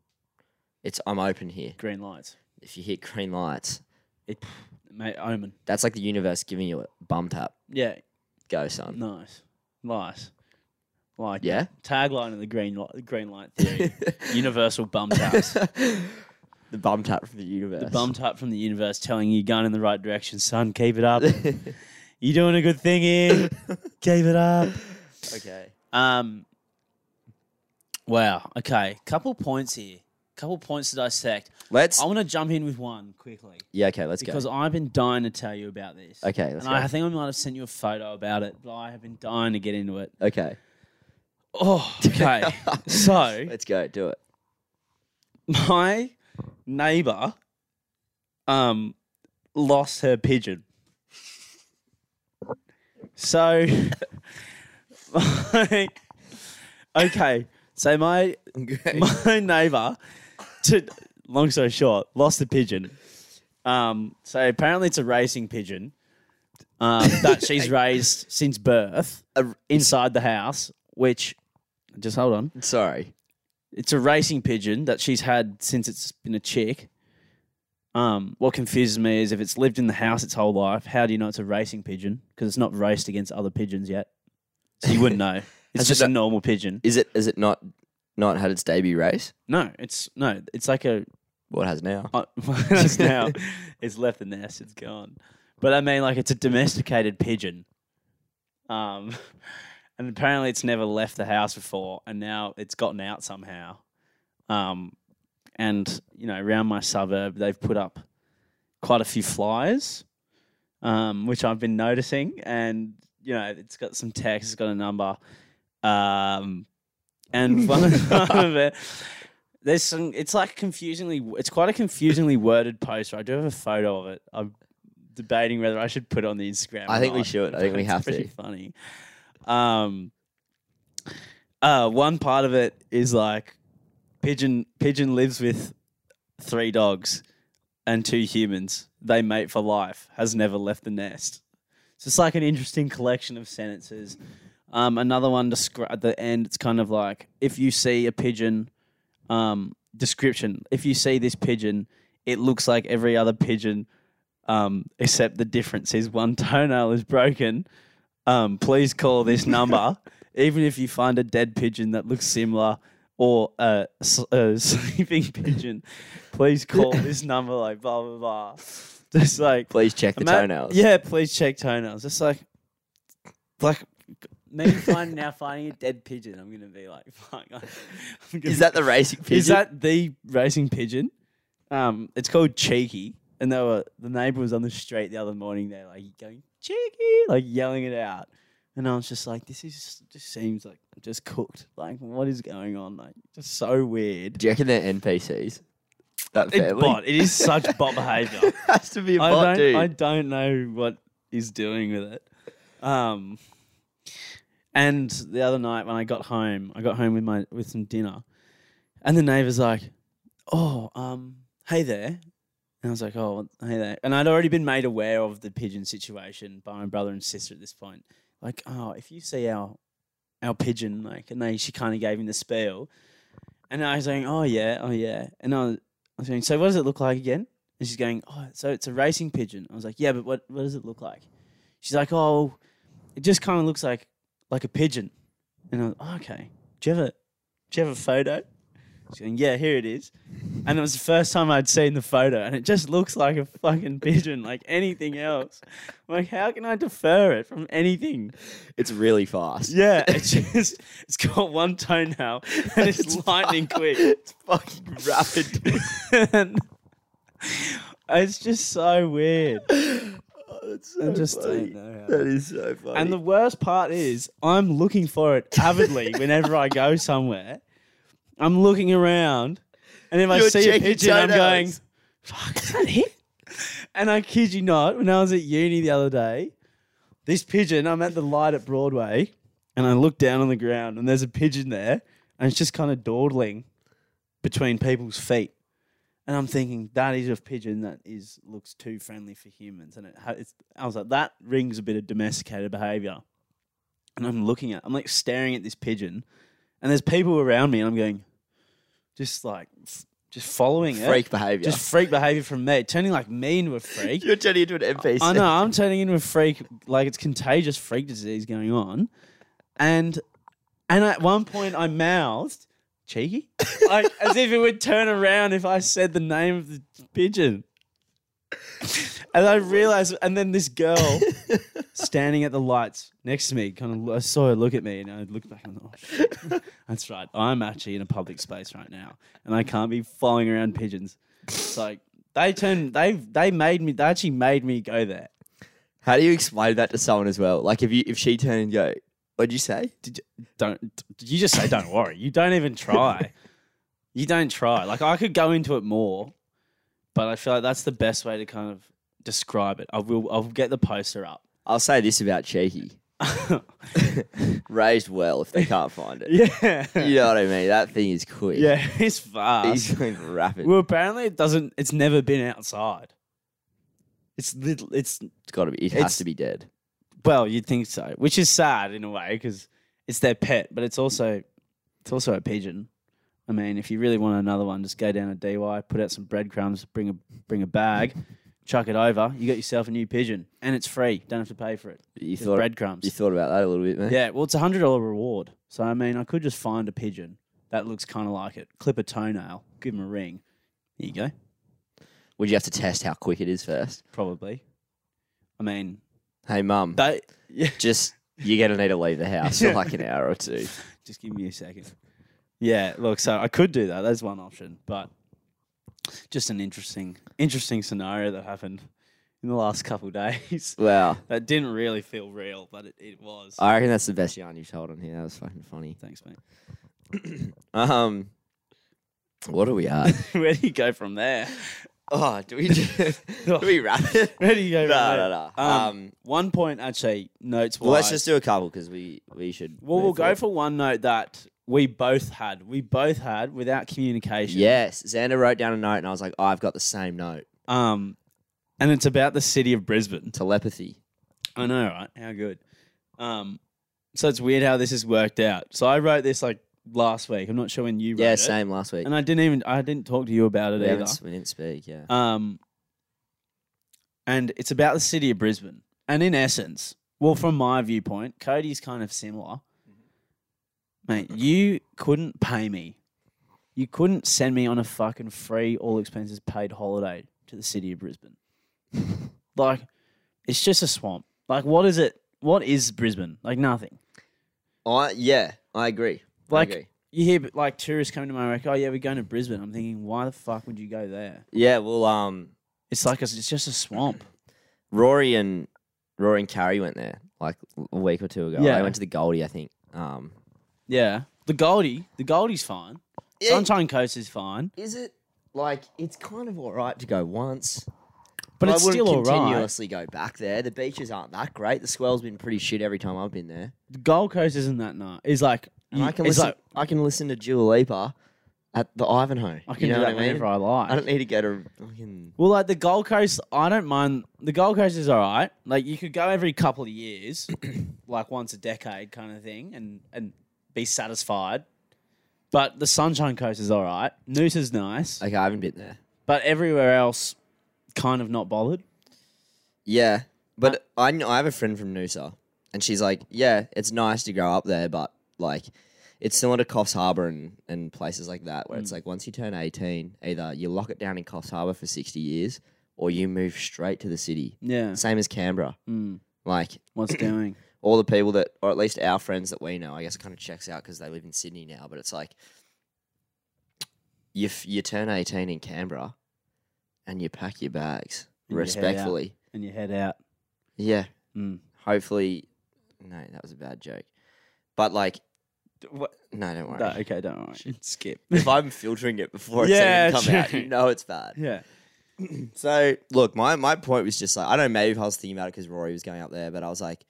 [SPEAKER 1] It's I'm open here.
[SPEAKER 2] Green lights.
[SPEAKER 1] If you hit green lights,
[SPEAKER 2] It, mate, omen.
[SPEAKER 1] that's like the universe giving you a bum tap.
[SPEAKER 2] Yeah,
[SPEAKER 1] Go, son.
[SPEAKER 2] nice, nice. Like
[SPEAKER 1] Yeah.
[SPEAKER 2] tagline of the green light, green light theory. Universal bum taps.
[SPEAKER 1] the bum tap from the universe.
[SPEAKER 2] The bum tap from the universe telling you going in the right direction, son. Keep it up. You're doing a good thing here. keep it up.
[SPEAKER 1] okay.
[SPEAKER 2] Um. Wow. Okay. Couple points here. Couple points to dissect.
[SPEAKER 1] Let's.
[SPEAKER 2] I want to jump in with one quickly
[SPEAKER 1] yeah. Okay. Let's
[SPEAKER 2] because
[SPEAKER 1] go.
[SPEAKER 2] I've been dying to tell you about this.
[SPEAKER 1] Okay.
[SPEAKER 2] And
[SPEAKER 1] Let's
[SPEAKER 2] I
[SPEAKER 1] go.
[SPEAKER 2] think I might have sent you a photo about it, but I have been dying to get into it.
[SPEAKER 1] okay.
[SPEAKER 2] Oh, okay. so
[SPEAKER 1] Let's go. Do it.
[SPEAKER 2] my neighbor, um, lost her pigeon. So, okay. So my
[SPEAKER 1] Okay.
[SPEAKER 2] my neighbor to long story short lost a pigeon um so apparently it's a racing pigeon um, that she's raised since birth
[SPEAKER 1] A-
[SPEAKER 2] inside the house which just hold on
[SPEAKER 1] Sorry.
[SPEAKER 2] it's a racing pigeon that she's had since it's been a chick um, what confuses me is if it's lived in the house its whole life how do you know it's a racing pigeon because it's not raced against other pigeons yet so you wouldn't know
[SPEAKER 1] Has
[SPEAKER 2] it's
[SPEAKER 1] it
[SPEAKER 2] just a
[SPEAKER 1] not-
[SPEAKER 2] normal pigeon
[SPEAKER 1] Is it? Is it not? Not had its debut race.
[SPEAKER 2] no it's no it's like a
[SPEAKER 1] What has now?
[SPEAKER 2] Uh, it's now it's left the nest, it's gone. But I mean, like it's a domesticated pigeon, um, and apparently it's never left the house before, and now it's gotten out somehow. Um, and you know, around my suburb, they've put up quite a few flyers, um, which I've been noticing, and you know, it's got some text, it's got a number, um, and one of, one of it there's some it's like confusingly it's quite a confusingly worded poster i do have a photo of it i'm debating whether i should put it on the instagram
[SPEAKER 1] I
[SPEAKER 2] or
[SPEAKER 1] think we
[SPEAKER 2] not,
[SPEAKER 1] should. I think
[SPEAKER 2] but
[SPEAKER 1] we
[SPEAKER 2] it's
[SPEAKER 1] have to.
[SPEAKER 2] pretty funny um uh one part of it is like pigeon pigeon lives with three dogs and two humans they mate for life has never left the nest so it's like an interesting collection of sentences um, another one descri- at the end it's kind of like if you see a pigeon um, description. If you see this pigeon, it looks like every other pigeon, um, except the difference is one toenail is broken. Um, please call this number, even if you find a dead pigeon that looks similar or a, s- a sleeping pigeon. Please call this number, like blah blah blah. Just like
[SPEAKER 1] Please check the
[SPEAKER 2] Ima-
[SPEAKER 1] toenails.
[SPEAKER 2] Yeah, please check toenails. It's like, like me finding now finding a dead pigeon. I'm gonna be like, fuck. I'm gonna-
[SPEAKER 1] Is that the racing pigeon?
[SPEAKER 2] Is that the racing pigeon? Um, it's called Cheeky, and they were the neighbor was on the street the other morning. They're like going Cheeky, like yelling it out, and I was just like, this is just seems like just cooked. Like, what is going on? Like, just so weird.
[SPEAKER 1] Do you reckon they're NPCs? That
[SPEAKER 2] It's
[SPEAKER 1] family.
[SPEAKER 2] bot. It is such bot behavior.
[SPEAKER 1] has to be a
[SPEAKER 2] I
[SPEAKER 1] bot,
[SPEAKER 2] don't,
[SPEAKER 1] dude.
[SPEAKER 2] I don't know what he's doing with it. Um, and the other night when I got home, I got home with my with some dinner, and the neighbor's like, oh, um, hey there. And I was like, oh, hey there. And I'd already been made aware of the pigeon situation by my brother and sister at this point. Like, oh, if you see our our pigeon, like, and they, she kind of gave him the spiel. And I was saying, oh, yeah, oh, yeah. And I was, I was going, so what does it look like again? And she's going, oh, so it's a racing pigeon. I was like, yeah, but what, what does it look like? She's like, oh, it just kind of looks like like a pigeon. And I was, oh, okay. Do you have a do you have a photo? She's going, yeah, here it is. And it was the first time I'd seen the photo, and it just looks like a fucking pigeon, like anything else. I'm like, how can I defer it from anything?
[SPEAKER 1] It's really fast.
[SPEAKER 2] Yeah, it's just it's got one toenail, and it's, lightning quick.
[SPEAKER 1] It's fucking rapid. dude.
[SPEAKER 2] And it's just so weird.
[SPEAKER 1] oh, that's so
[SPEAKER 2] I just
[SPEAKER 1] funny.
[SPEAKER 2] don't know how-
[SPEAKER 1] That is so funny.
[SPEAKER 2] And the worst part is, I'm looking for it avidly whenever I go somewhere. I'm looking around, and if I
[SPEAKER 1] You're
[SPEAKER 2] see a
[SPEAKER 1] checking
[SPEAKER 2] pigeon, I'm going,
[SPEAKER 1] toenails.
[SPEAKER 2] "Fuck, is that it?" And I kid you not, when I was at uni the other day, this pigeon, I'm at the light at Broadway, and I look down on the ground, and there's a pigeon there, and it's just kind of dawdling between people's feet. And I'm thinking that is a pigeon that is looks too friendly for humans, and it ha- it's, I was like, that rings a bit of domesticated behaviour. And I'm looking at, I'm like staring at this pigeon, and there's people around me, and I'm going, just like, f- just following it,
[SPEAKER 1] freak behavior.
[SPEAKER 2] just freak behaviour from me, turning like me into a freak.
[SPEAKER 1] You're turning into an NPC.
[SPEAKER 2] I know I'm turning into a freak, like it's contagious freak disease going on, and and at one point I mouthed cheeky, like as if it would turn around if I said the name of the pigeon. And I realized, and then this girl standing at the lights next to me, kind of, I saw her look at me, and I looked back and I thought, oh, shit. that's right, I'm actually in a public space right now, and I can't be following around pigeons. It's like they turned, they they made me, they actually made me go there.
[SPEAKER 1] How do you explain that to someone as well? Like if you if she turned and go, what'd you say? Did you,
[SPEAKER 2] don't you just say don't worry you don't even try you don't try like i could go into it more but i feel like that's the best way to kind of describe it i will i'll get the poster up
[SPEAKER 1] I'll say this about cheeky. Raised well if they can't find it.
[SPEAKER 2] yeah
[SPEAKER 1] You know what I mean? That thing is quick.
[SPEAKER 2] yeah it's fast
[SPEAKER 1] He's going rapid.
[SPEAKER 2] well apparently it doesn't it's never been outside it's little it's
[SPEAKER 1] It's got to be. It
[SPEAKER 2] It's-
[SPEAKER 1] has to be dead.
[SPEAKER 2] well you'd think so which is sad in a way because it's their pet but it's also it's also a pigeon I mean, if you really want another one, just go down to DY, put out some breadcrumbs, bring a bring a bag, chuck it over. You got yourself a new pigeon, and it's free. Don't have to pay for it.
[SPEAKER 1] You
[SPEAKER 2] Just
[SPEAKER 1] thought
[SPEAKER 2] breadcrumbs.
[SPEAKER 1] you thought about that a little bit, man.
[SPEAKER 2] yeah, well, it's a hundred dollar reward. So I mean, I could just find a pigeon that looks kind of like it. Clip a toenail, give him a ring. Here you go.
[SPEAKER 1] Would you have to test how quick it is first?
[SPEAKER 2] Probably. I mean,
[SPEAKER 1] Hey, mum,
[SPEAKER 2] that. Yeah.
[SPEAKER 1] just you're gonna need to leave the house for like an hour or two.
[SPEAKER 2] Just give me a second. Yeah, look, so I could do that. That's one option, but just an interesting, interesting scenario that happened in the last couple of days
[SPEAKER 1] Wow,
[SPEAKER 2] that didn't really feel real, but it, it was.
[SPEAKER 1] I reckon that's the best yarn you've told on here. That was fucking funny.
[SPEAKER 2] Thanks, mate.
[SPEAKER 1] Um, what are we at?
[SPEAKER 2] Where do you go from there?
[SPEAKER 1] oh, do we do we wrap it?
[SPEAKER 2] Where do you go?
[SPEAKER 1] No,
[SPEAKER 2] from there?
[SPEAKER 1] no, no.
[SPEAKER 2] Um,
[SPEAKER 1] Um,
[SPEAKER 2] one point actually notes.
[SPEAKER 1] Well, let's just do a couple because we we should.
[SPEAKER 2] Well, we'll
[SPEAKER 1] move
[SPEAKER 2] go
[SPEAKER 1] forward.
[SPEAKER 2] for one note that we both had. We both had without communication.
[SPEAKER 1] Yes, Xander wrote down a note, and I was like, I've got the same note.
[SPEAKER 2] Um, and it's about the city of Brisbane.
[SPEAKER 1] Telepathy.
[SPEAKER 2] I know, right? How good. Um, so it's weird how this has worked out. So I wrote this like last week. I'm not sure when you wrote
[SPEAKER 1] Yeah,
[SPEAKER 2] it.
[SPEAKER 1] same last week.
[SPEAKER 2] And I didn't even I didn't talk to you about it
[SPEAKER 1] we,
[SPEAKER 2] either.
[SPEAKER 1] haven't, we didn't speak. Yeah.
[SPEAKER 2] Um, and it's about the city of Brisbane. And in essence, well, from my viewpoint, Cody's kind of similar. Mate, you couldn't pay me. You couldn't send me on a fucking free, all expenses paid holiday to the city of Brisbane. like, it's just a swamp. Like, what is it? What is Brisbane? Like, nothing.
[SPEAKER 1] I yeah, I agree.
[SPEAKER 2] Like,
[SPEAKER 1] I agree.
[SPEAKER 2] you hear like tourists coming to my like, oh yeah, we're going to Brisbane. I'm thinking, why the fuck would you go there?
[SPEAKER 1] yeah. Well, um,
[SPEAKER 2] It's like it's just a swamp.
[SPEAKER 1] Rory and Rory and Carrie went there like a week or two ago.
[SPEAKER 2] Yeah.
[SPEAKER 1] They went to the Goldie, I think. Um,
[SPEAKER 2] Yeah. The Goldie, the Goldie's fine. Sunshine Coast is fine,
[SPEAKER 1] is it like it's kind of all right to go once,
[SPEAKER 2] but
[SPEAKER 1] I
[SPEAKER 2] it's
[SPEAKER 1] wouldn't
[SPEAKER 2] still alright.
[SPEAKER 1] continuously go back there. The beaches aren't that great. The swell's been pretty shit every time I've been there.
[SPEAKER 2] The Gold Coast isn't that nice. It's like
[SPEAKER 1] And
[SPEAKER 2] you-
[SPEAKER 1] I can
[SPEAKER 2] it's
[SPEAKER 1] listen.
[SPEAKER 2] like
[SPEAKER 1] I can listen to Dua Lipa at the Ivanhoe.
[SPEAKER 2] I
[SPEAKER 1] you
[SPEAKER 2] can
[SPEAKER 1] know
[SPEAKER 2] do
[SPEAKER 1] what
[SPEAKER 2] that
[SPEAKER 1] I mean?
[SPEAKER 2] whenever I like.
[SPEAKER 1] I don't e- need to go to fucking.
[SPEAKER 2] Well, like the Gold Coast, I don't mind. The Gold Coast is all right. Like you could go every couple of years, like once a decade kind of thing, and and be satisfied. But the Sunshine Coast is all right. Noosa's nice,
[SPEAKER 1] Okay, I haven't been there.
[SPEAKER 2] but everywhere else, kind of not bothered.
[SPEAKER 1] Yeah, but I kn- I have a friend from Noosa, and she's like, yeah, it's nice to go up there, but like, it's similar to Coffs Harbour and, and places like that, where it's
[SPEAKER 2] Mm.
[SPEAKER 1] like once you turn eighteen, either you lock it down in Coffs Harbour for sixty years, or you move straight to the city.
[SPEAKER 2] Yeah,
[SPEAKER 1] Same as Canberra.
[SPEAKER 2] Mm.
[SPEAKER 1] Like
[SPEAKER 2] what's doing?
[SPEAKER 1] all the people that, or at least our friends that we know, I guess it kind of checks out because they live in Sydney now. But it's like, you f- you turn eighteen in Canberra, and you pack your bags
[SPEAKER 2] And you head out.
[SPEAKER 1] respectfully.
[SPEAKER 2] And you head out.
[SPEAKER 1] Yeah.
[SPEAKER 2] Mm.
[SPEAKER 1] Hopefully, no, that was a bad joke. But like,
[SPEAKER 2] What?
[SPEAKER 1] no, don't worry.
[SPEAKER 2] No, okay, don't worry. Skip.
[SPEAKER 1] If I'm filtering it before it's
[SPEAKER 2] Yeah,
[SPEAKER 1] even come out,
[SPEAKER 2] true.
[SPEAKER 1] you know it's bad.
[SPEAKER 2] yeah.
[SPEAKER 1] So look, my my point was just like I don't know. Maybe if I was thinking about it because Rory was going up there, but I was like,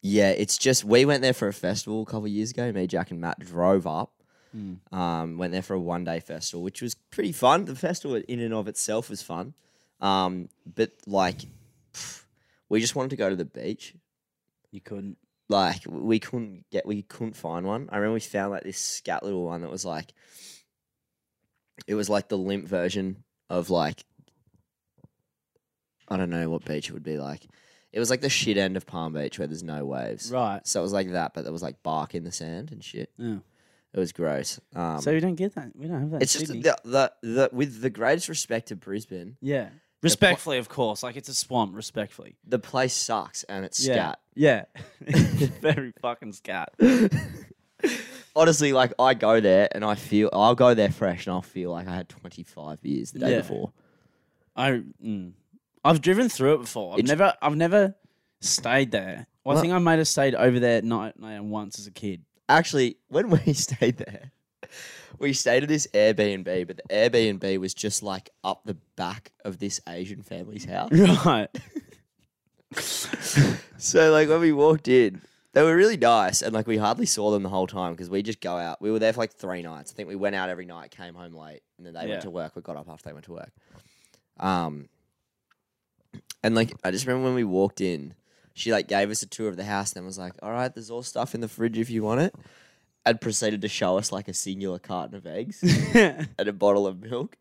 [SPEAKER 1] yeah, it's just we went there for a festival a couple of years ago. Me, Jack, and Matt drove up.
[SPEAKER 2] Mm.
[SPEAKER 1] Um, went there for a one day festival, which was pretty fun. The festival in and of itself was fun, um, but like, pff, we just wanted to go to the beach.
[SPEAKER 2] You couldn't.
[SPEAKER 1] like we couldn't get we couldn't find one. I remember we found like this scat little one that was like it was like the limp version of like I don't know what beach it would be like. It was like the shit end of Palm Beach where there's no waves.
[SPEAKER 2] Right.
[SPEAKER 1] So it was like that, but there was like bark in the sand and shit.
[SPEAKER 2] Yeah. Um,
[SPEAKER 1] It was gross. Um,
[SPEAKER 2] so we don't get that. We don't have that.
[SPEAKER 1] it's
[SPEAKER 2] in
[SPEAKER 1] just
[SPEAKER 2] Sydney.
[SPEAKER 1] the, the the with the greatest respect to Brisbane,
[SPEAKER 2] yeah. Respectfully, of course. Like it's a swamp. Respectfully.
[SPEAKER 1] the place sucks and it's
[SPEAKER 2] Yeah.
[SPEAKER 1] scat.
[SPEAKER 2] Yeah. Very fucking scat.
[SPEAKER 1] honestly, like I go there and I feel I'll go there fresh and I'll feel like I had 25 beers the day
[SPEAKER 2] Yeah.
[SPEAKER 1] before.
[SPEAKER 2] I mm, I've driven through it before. I've
[SPEAKER 1] It's-
[SPEAKER 2] never I've never stayed there. Well, I
[SPEAKER 1] Well-
[SPEAKER 2] think I might have stayed over there at night, night and once as a kid.
[SPEAKER 1] Actually, when we stayed there, we stayed at this Airbnb, but the Airbnb was just like up the back of this Asian family's house.
[SPEAKER 2] Right.
[SPEAKER 1] so like when we walked in, they were really nice and like we hardly saw them the whole time because we just go out. We were there for like three nights. I think we went out every night, came home late, and then they
[SPEAKER 2] Yeah.
[SPEAKER 1] went to work. We got up after they went to work. Um and like I just remember when we walked in, she like gave us a tour of the house and then was like, All right, there's all stuff in the fridge if you want it. And proceeded to show us like a singular carton of eggs
[SPEAKER 2] and
[SPEAKER 1] and a bottle of milk.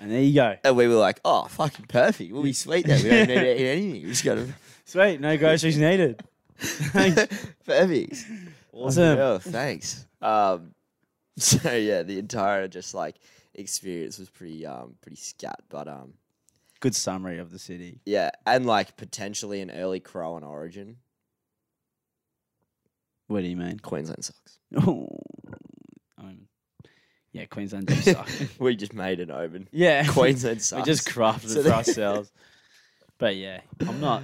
[SPEAKER 2] there you go.
[SPEAKER 1] And we were like, oh, fucking perfect. We'll be sweet then. We don't need to eat anything. We just got to
[SPEAKER 2] Sweet, no groceries needed. Thanks.
[SPEAKER 1] Perfect.
[SPEAKER 2] Awesome.
[SPEAKER 1] Yeah, thanks. Um, so yeah, the entire just like experience was pretty um pretty scat, but um
[SPEAKER 2] Good summary of the city.
[SPEAKER 1] yeah, and like potentially an early crow on origin.
[SPEAKER 2] What do you mean?
[SPEAKER 1] Queensland sucks.
[SPEAKER 2] Oh, um, yeah, Queensland do suck.
[SPEAKER 1] we just made an open.
[SPEAKER 2] yeah.
[SPEAKER 1] Queensland sucks.
[SPEAKER 2] We just crafted
[SPEAKER 1] So
[SPEAKER 2] it for
[SPEAKER 1] the-
[SPEAKER 2] ourselves. But yeah, I'm not.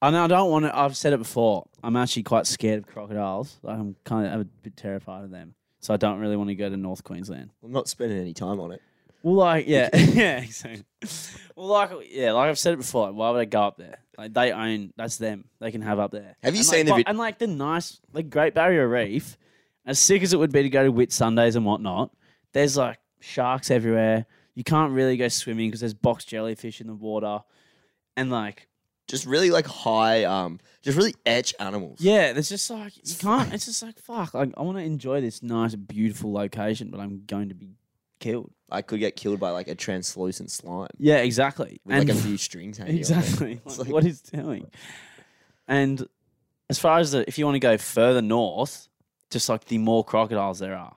[SPEAKER 2] I know I don't want to. I've said it before. I'm actually quite scared of crocodiles. Like, I'm kind of I'm a bit terrified of them. So I don't really want to go to North Queensland.
[SPEAKER 1] I'm not spending any time on it.
[SPEAKER 2] Well, like yeah, yeah, exactly. Well, like yeah, like I've said it before. Like, why would I go up there? Like they own. That's them. They can have up there.
[SPEAKER 1] Have you
[SPEAKER 2] And,
[SPEAKER 1] seen
[SPEAKER 2] like,
[SPEAKER 1] the
[SPEAKER 2] fi-
[SPEAKER 1] vid-
[SPEAKER 2] And like the nice, like Great Barrier Reef, as sick as it would be to go to Whit Sundays and whatnot. There's like sharks everywhere. You can't really go swimming because there's box jellyfish in the water, and like
[SPEAKER 1] Just really like high um just really etch animals.
[SPEAKER 2] Yeah, there's just like you can't. It's just like fuck. Like I want to enjoy this nice, beautiful location, but I'm going to be killed.
[SPEAKER 1] I could get killed by like a translucent slime
[SPEAKER 2] Yeah, exactly.
[SPEAKER 1] with like a few strings hanging off it.
[SPEAKER 2] exactly
[SPEAKER 1] It's
[SPEAKER 2] like,
[SPEAKER 1] like-
[SPEAKER 2] what he's doing. And as far as the, if you want to go further north, just like the more crocodiles there are,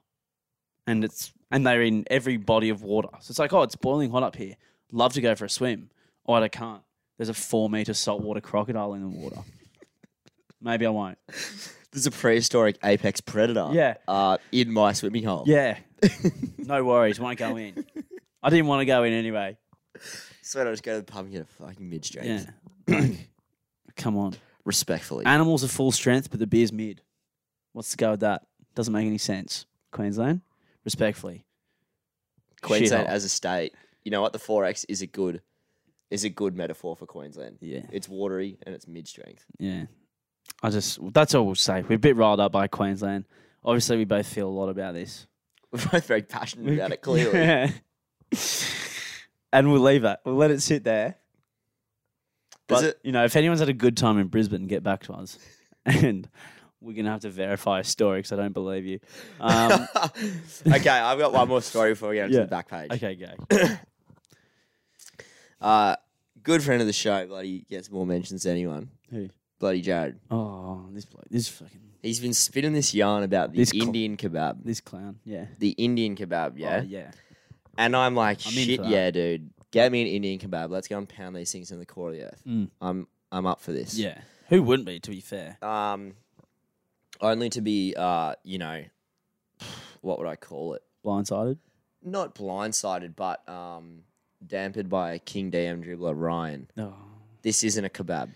[SPEAKER 2] and it's and they're in every body of water. So it's like, oh, it's boiling hot up here. Love to go for a swim. Oh, I can't. There's a four meter saltwater crocodile in the water. Maybe I won't.
[SPEAKER 1] There's a prehistoric apex predator.
[SPEAKER 2] Yeah.
[SPEAKER 1] Uh, in my swimming hole.
[SPEAKER 2] Yeah. no worries. Won't go in. I didn't want to go in anyway.
[SPEAKER 1] So I just go to the pub and get a fucking mid strength.
[SPEAKER 2] Yeah. Ah, Come on.
[SPEAKER 1] Respectfully.
[SPEAKER 2] Animals are full strength, but the beer's mid. What's the go with that? Doesn't make any sense. Queensland, respectfully.
[SPEAKER 1] Queensland
[SPEAKER 2] shithole.
[SPEAKER 1] as a state. You know what? The Forex is a good is a good metaphor for Queensland.
[SPEAKER 2] Yeah.
[SPEAKER 1] It's watery and it's mid strength.
[SPEAKER 2] Yeah. I just, that's all we'll say. We're a bit riled up by Queensland. Obviously, we both feel a lot about this.
[SPEAKER 1] We're both very passionate about it, clearly.
[SPEAKER 2] Yeah. and we'll leave it. We'll let it sit there.
[SPEAKER 1] Does
[SPEAKER 2] But
[SPEAKER 1] it-
[SPEAKER 2] you know, if anyone's had a good time in Brisbane, get back to us, and we're gonna have to verify a story because I don't believe you. Um,
[SPEAKER 1] okay, I've got one more story before we get into
[SPEAKER 2] Yeah.
[SPEAKER 1] the back page.
[SPEAKER 2] okay, go.
[SPEAKER 1] Uh, good friend of the show, bloody gets more mentions than anyone.
[SPEAKER 2] Who?
[SPEAKER 1] Bloody Jared.
[SPEAKER 2] Oh, this bloke, this fucking
[SPEAKER 1] He's been spitting this yarn about the
[SPEAKER 2] This cl-
[SPEAKER 1] Indian kebab.
[SPEAKER 2] this clown. Yeah.
[SPEAKER 1] The Indian kebab, yeah.
[SPEAKER 2] Oh, yeah.
[SPEAKER 1] And I'm like,
[SPEAKER 2] I'm in
[SPEAKER 1] shit,
[SPEAKER 2] for that.
[SPEAKER 1] yeah, dude. Get me an Indian kebab. Let's go and pound these things in the core of the earth.
[SPEAKER 2] Mm.
[SPEAKER 1] I'm I'm up for this.
[SPEAKER 2] Yeah. Who wouldn't be? To be fair.
[SPEAKER 1] Um, only to be, uh, you know, what would I call it?
[SPEAKER 2] Blindsided.
[SPEAKER 1] Not blindsided, but um, dampened by King DM dribbler Ryan.
[SPEAKER 2] No.
[SPEAKER 1] This isn't a kebab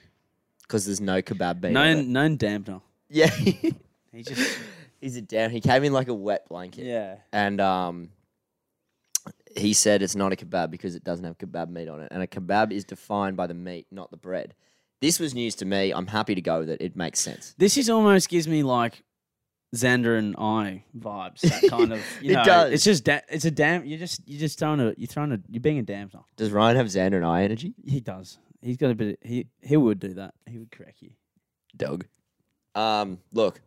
[SPEAKER 1] because there's no kebab bean. on it.
[SPEAKER 2] Known known dampener.
[SPEAKER 1] Yeah.
[SPEAKER 2] He just.
[SPEAKER 1] He's a down. He came in like a wet blanket.
[SPEAKER 2] yeah.
[SPEAKER 1] And um, he said it's not a kebab because it doesn't have kebab meat on it. And a kebab is defined by the meat, not the bread. This was news to me. I'm happy to go with it. It makes sense.
[SPEAKER 2] This is almost gives me like Xander and I vibes. That kind of you
[SPEAKER 1] It
[SPEAKER 2] know,
[SPEAKER 1] does.
[SPEAKER 2] It's just da- it's a damn. You're just you're just throwing a you're throwing a you're being a dampener.
[SPEAKER 1] Does Ryan have Xander and I energy?
[SPEAKER 2] He does. He's got a bit. Of, he he would do that. He would crack you.
[SPEAKER 1] Dog. Um, look,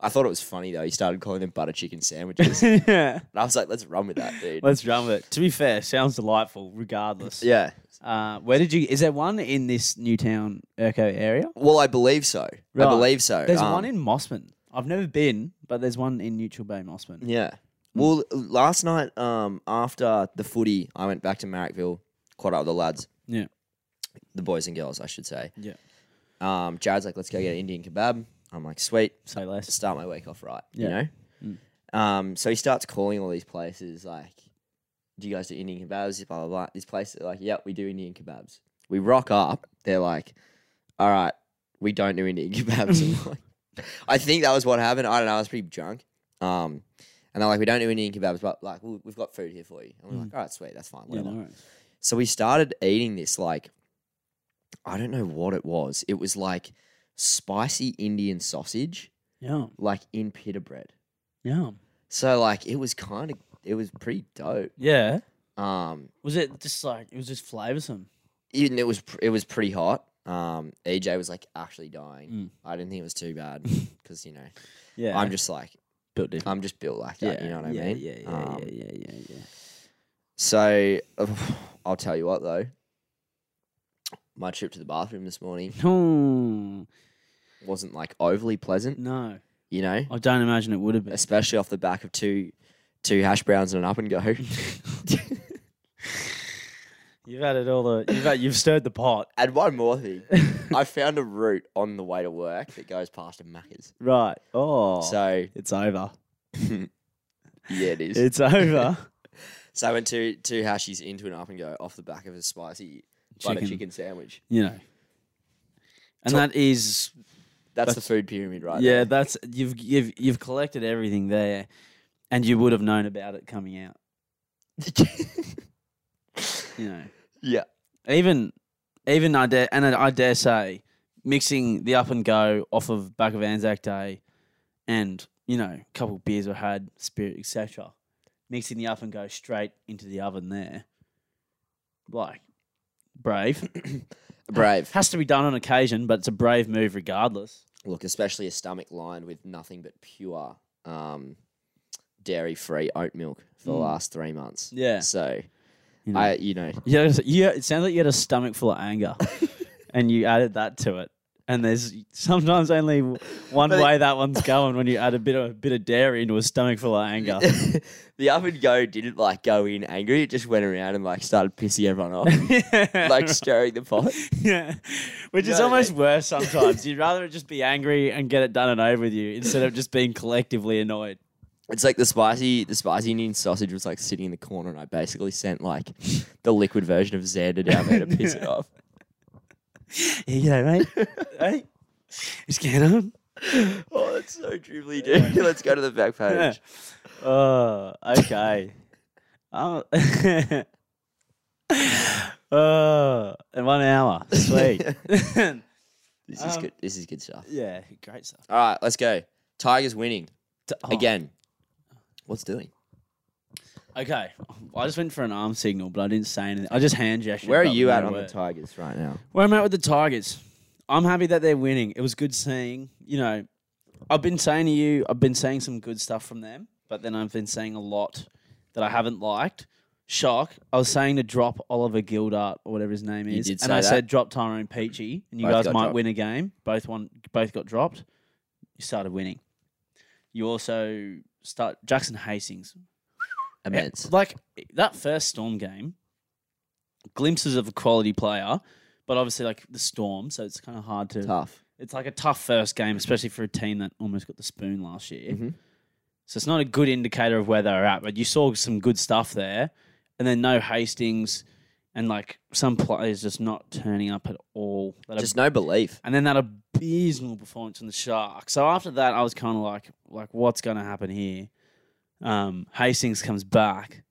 [SPEAKER 1] I thought it was funny though. He started calling them butter chicken sandwiches. and
[SPEAKER 2] yeah.
[SPEAKER 1] I was like, let's run with that, dude.
[SPEAKER 2] Let's run with it. To be fair, sounds delightful. Regardless.
[SPEAKER 1] yeah.
[SPEAKER 2] Uh, where did you? Is there one in this Newtown Urco area?
[SPEAKER 1] Well, I believe so.
[SPEAKER 2] Right.
[SPEAKER 1] I believe so.
[SPEAKER 2] There's
[SPEAKER 1] Um,
[SPEAKER 2] one in Mossman. I've never been, but there's one in Neutral Bay, Mossman.
[SPEAKER 1] Yeah. Well, last night um, after the footy, I went back to Marrickville, caught up with the lads,
[SPEAKER 2] Yeah.
[SPEAKER 1] the boys and girls, I should say.
[SPEAKER 2] Yeah.
[SPEAKER 1] Um, Jared's like, let's go get an Indian kebab. I'm like, sweet,
[SPEAKER 2] Say less.
[SPEAKER 1] start my week off right,
[SPEAKER 2] Yeah. Mm.
[SPEAKER 1] you know? Um, so he starts calling all these places like, do you guys do Indian kebabs? Blah, blah, blah. These places are like, yeah, we do Indian kebabs. We rock up. They're like, all right, we don't do Indian kebabs. I'm like- I think that was what happened. I don't know. I was pretty drunk. Um, and they're like, we don't do Indian kebabs, but like, we- we've got food here for you. And we're like, all right, sweet, that's fine.
[SPEAKER 2] Mm. Yeah,
[SPEAKER 1] Whatever.
[SPEAKER 2] no worries.
[SPEAKER 1] So we started eating this like I don't know what it was. It was like spicy Indian sausage,
[SPEAKER 2] Yum.
[SPEAKER 1] like in pita bread.
[SPEAKER 2] Yum.
[SPEAKER 1] So like it was kind of it was pretty dope.
[SPEAKER 2] Yeah.
[SPEAKER 1] Um,
[SPEAKER 2] Was it just like it was just flavoursome?
[SPEAKER 1] even it was pr- it was pretty hot. Um, EJ was like actually dying.
[SPEAKER 2] Mm.
[SPEAKER 1] I didn't think it was too bad because you know
[SPEAKER 2] Yeah.
[SPEAKER 1] I'm just like
[SPEAKER 2] built different.
[SPEAKER 1] I'm just built like that. you know what I
[SPEAKER 2] yeah,
[SPEAKER 1] mean?
[SPEAKER 2] Yeah, yeah,
[SPEAKER 1] Um,
[SPEAKER 2] yeah, yeah, yeah, yeah.
[SPEAKER 1] So I'll tell you what though, my trip to the bathroom this morning
[SPEAKER 2] No,
[SPEAKER 1] wasn't like overly pleasant.
[SPEAKER 2] Hmm. no,
[SPEAKER 1] You know,
[SPEAKER 2] I don't imagine it would have been.
[SPEAKER 1] especially off the back of two two hash browns and an up and go.
[SPEAKER 2] You've added all the. You've had, you've stirred the pot.
[SPEAKER 1] and one more thing, I found a route on the way to work that goes past a Macca's.
[SPEAKER 2] right. Oh.
[SPEAKER 1] So
[SPEAKER 2] it's over.
[SPEAKER 1] yeah, it is.
[SPEAKER 2] It's over.
[SPEAKER 1] so I went two two hashies into an up and go off the back of a spicy butter
[SPEAKER 2] Chicken.
[SPEAKER 1] chicken sandwich.
[SPEAKER 2] you know. And
[SPEAKER 1] Top-
[SPEAKER 2] that is
[SPEAKER 1] That's, the
[SPEAKER 2] That's-
[SPEAKER 1] food pyramid, right?
[SPEAKER 2] yeah,
[SPEAKER 1] there.
[SPEAKER 2] that's you've you've you've collected everything there, and you would have known about it coming out. You know,
[SPEAKER 1] yeah,
[SPEAKER 2] even even I dare and I dare say, mixing the up and go off of back of Anzac Day, and you know, a couple beers were had, spirit etc. Mixing the up and go straight into the oven there, like brave
[SPEAKER 1] brave.
[SPEAKER 2] has to be done on occasion, but it's a brave move regardless.
[SPEAKER 1] Look, especially a stomach lined with nothing but pure um, dairy-free oat milk for the last three months.
[SPEAKER 2] Yeah.
[SPEAKER 1] So
[SPEAKER 2] You know.
[SPEAKER 1] I, Mm. you know,
[SPEAKER 2] You had, you had- it sounds like you had a stomach full of anger, and you added that to it. And there's sometimes only w- one
[SPEAKER 1] But it-
[SPEAKER 2] way that one's going when you add a bit of a bit of dairy into a stomach full of anger.
[SPEAKER 1] the up and go didn't like go in angry. It just went around and like started pissing everyone off, like stirring the pot.
[SPEAKER 2] yeah, which
[SPEAKER 1] You
[SPEAKER 2] is
[SPEAKER 1] know what I
[SPEAKER 2] almost
[SPEAKER 1] mean?
[SPEAKER 2] worse sometimes. You'd rather it just be angry and get it done and over with you instead of just being collectively annoyed.
[SPEAKER 1] It's like the spicy, the spicy Indian sausage was like sitting in the corner, and I basically sent like the liquid version of Xander down there to piss it off.
[SPEAKER 2] Here you go, mate. hey, what's going on?
[SPEAKER 1] Oh, that's so dribbly, dude. Let's go to the back
[SPEAKER 2] Yeah.
[SPEAKER 1] page.
[SPEAKER 2] Oh, okay. oh, oh, in one hour. Sweet.
[SPEAKER 1] This is
[SPEAKER 2] Um,
[SPEAKER 1] good. This is good stuff.
[SPEAKER 2] yeah, great stuff. Oh.
[SPEAKER 1] All right, let's go. Tigers winning again. What's doing?
[SPEAKER 2] Okay, I just went for an arm signal, but I didn't say anything. I just hand gestured.
[SPEAKER 1] Where are
[SPEAKER 2] but
[SPEAKER 1] you
[SPEAKER 2] no
[SPEAKER 1] at on the
[SPEAKER 2] word.
[SPEAKER 1] Tigers right now?
[SPEAKER 2] Where I'm at with the Tigers, I'm happy that they're winning. It was good seeing. You know, I've been saying to you, I've been saying some good stuff from them, but then I've been saying a lot that I haven't liked. Shock! I was saying to drop Oliver Gildart or whatever his name
[SPEAKER 1] You
[SPEAKER 2] is,
[SPEAKER 1] did
[SPEAKER 2] and
[SPEAKER 1] say
[SPEAKER 2] I
[SPEAKER 1] that.
[SPEAKER 2] said drop Tyrone Peachy, and you
[SPEAKER 1] Both
[SPEAKER 2] guys
[SPEAKER 1] got
[SPEAKER 2] might
[SPEAKER 1] dropped.
[SPEAKER 2] win a game. Both one, both got dropped. You started winning. You also start Jackson Hastings yeah,
[SPEAKER 1] Immense.
[SPEAKER 2] Like that first Storm game, glimpses of a quality player, but obviously like the Storm, so it's kind of hard to.
[SPEAKER 1] Tough.
[SPEAKER 2] It's like a tough first game, especially for a team that almost got the spoon last year.
[SPEAKER 1] Mhm.
[SPEAKER 2] So it's not a good indicator of where they're at. But you saw some good stuff there, and then no Hastings, and like some players just not turning up at all. That are
[SPEAKER 1] Just no belief.
[SPEAKER 2] and then that abysmal performance from the Sharks. So after that, I was kind of like, like what's going to happen here? Um, Hastings comes back.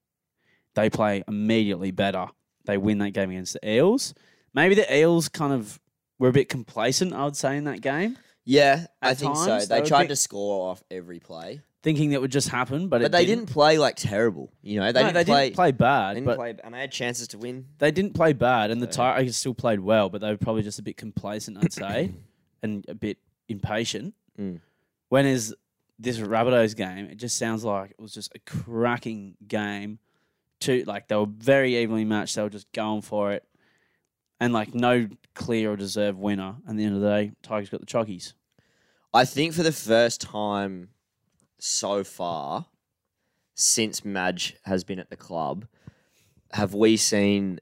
[SPEAKER 2] They play immediately better. They win that game against the Eels. Maybe the Eels kind of were a bit complacent, I would say, in that game,
[SPEAKER 1] Yeah, I
[SPEAKER 2] At
[SPEAKER 1] think so.
[SPEAKER 2] times, they
[SPEAKER 1] They
[SPEAKER 2] were
[SPEAKER 1] tried
[SPEAKER 2] big-
[SPEAKER 1] to score off every play,
[SPEAKER 2] thinking that would just happen, but,
[SPEAKER 1] but
[SPEAKER 2] it
[SPEAKER 1] they didn't, play like terrible. You know, they
[SPEAKER 2] No,
[SPEAKER 1] didn't play.
[SPEAKER 2] bad,
[SPEAKER 1] they didn't
[SPEAKER 2] but
[SPEAKER 1] play, and they had chances to win.
[SPEAKER 2] they didn't play bad, and the
[SPEAKER 1] So-
[SPEAKER 2] Tigers still played well, but they were probably just a bit complacent, I'd say, and a bit impatient.
[SPEAKER 1] Mm.
[SPEAKER 2] When is this Rabbitohs game? It just sounds like it was just a cracking game. Two like they were very evenly matched. They were just going for it, and like no clear or deserved winner. At the end of the day, Tigers got the chockies.
[SPEAKER 1] I think for the first time so far since Madge has been at the club, have we seen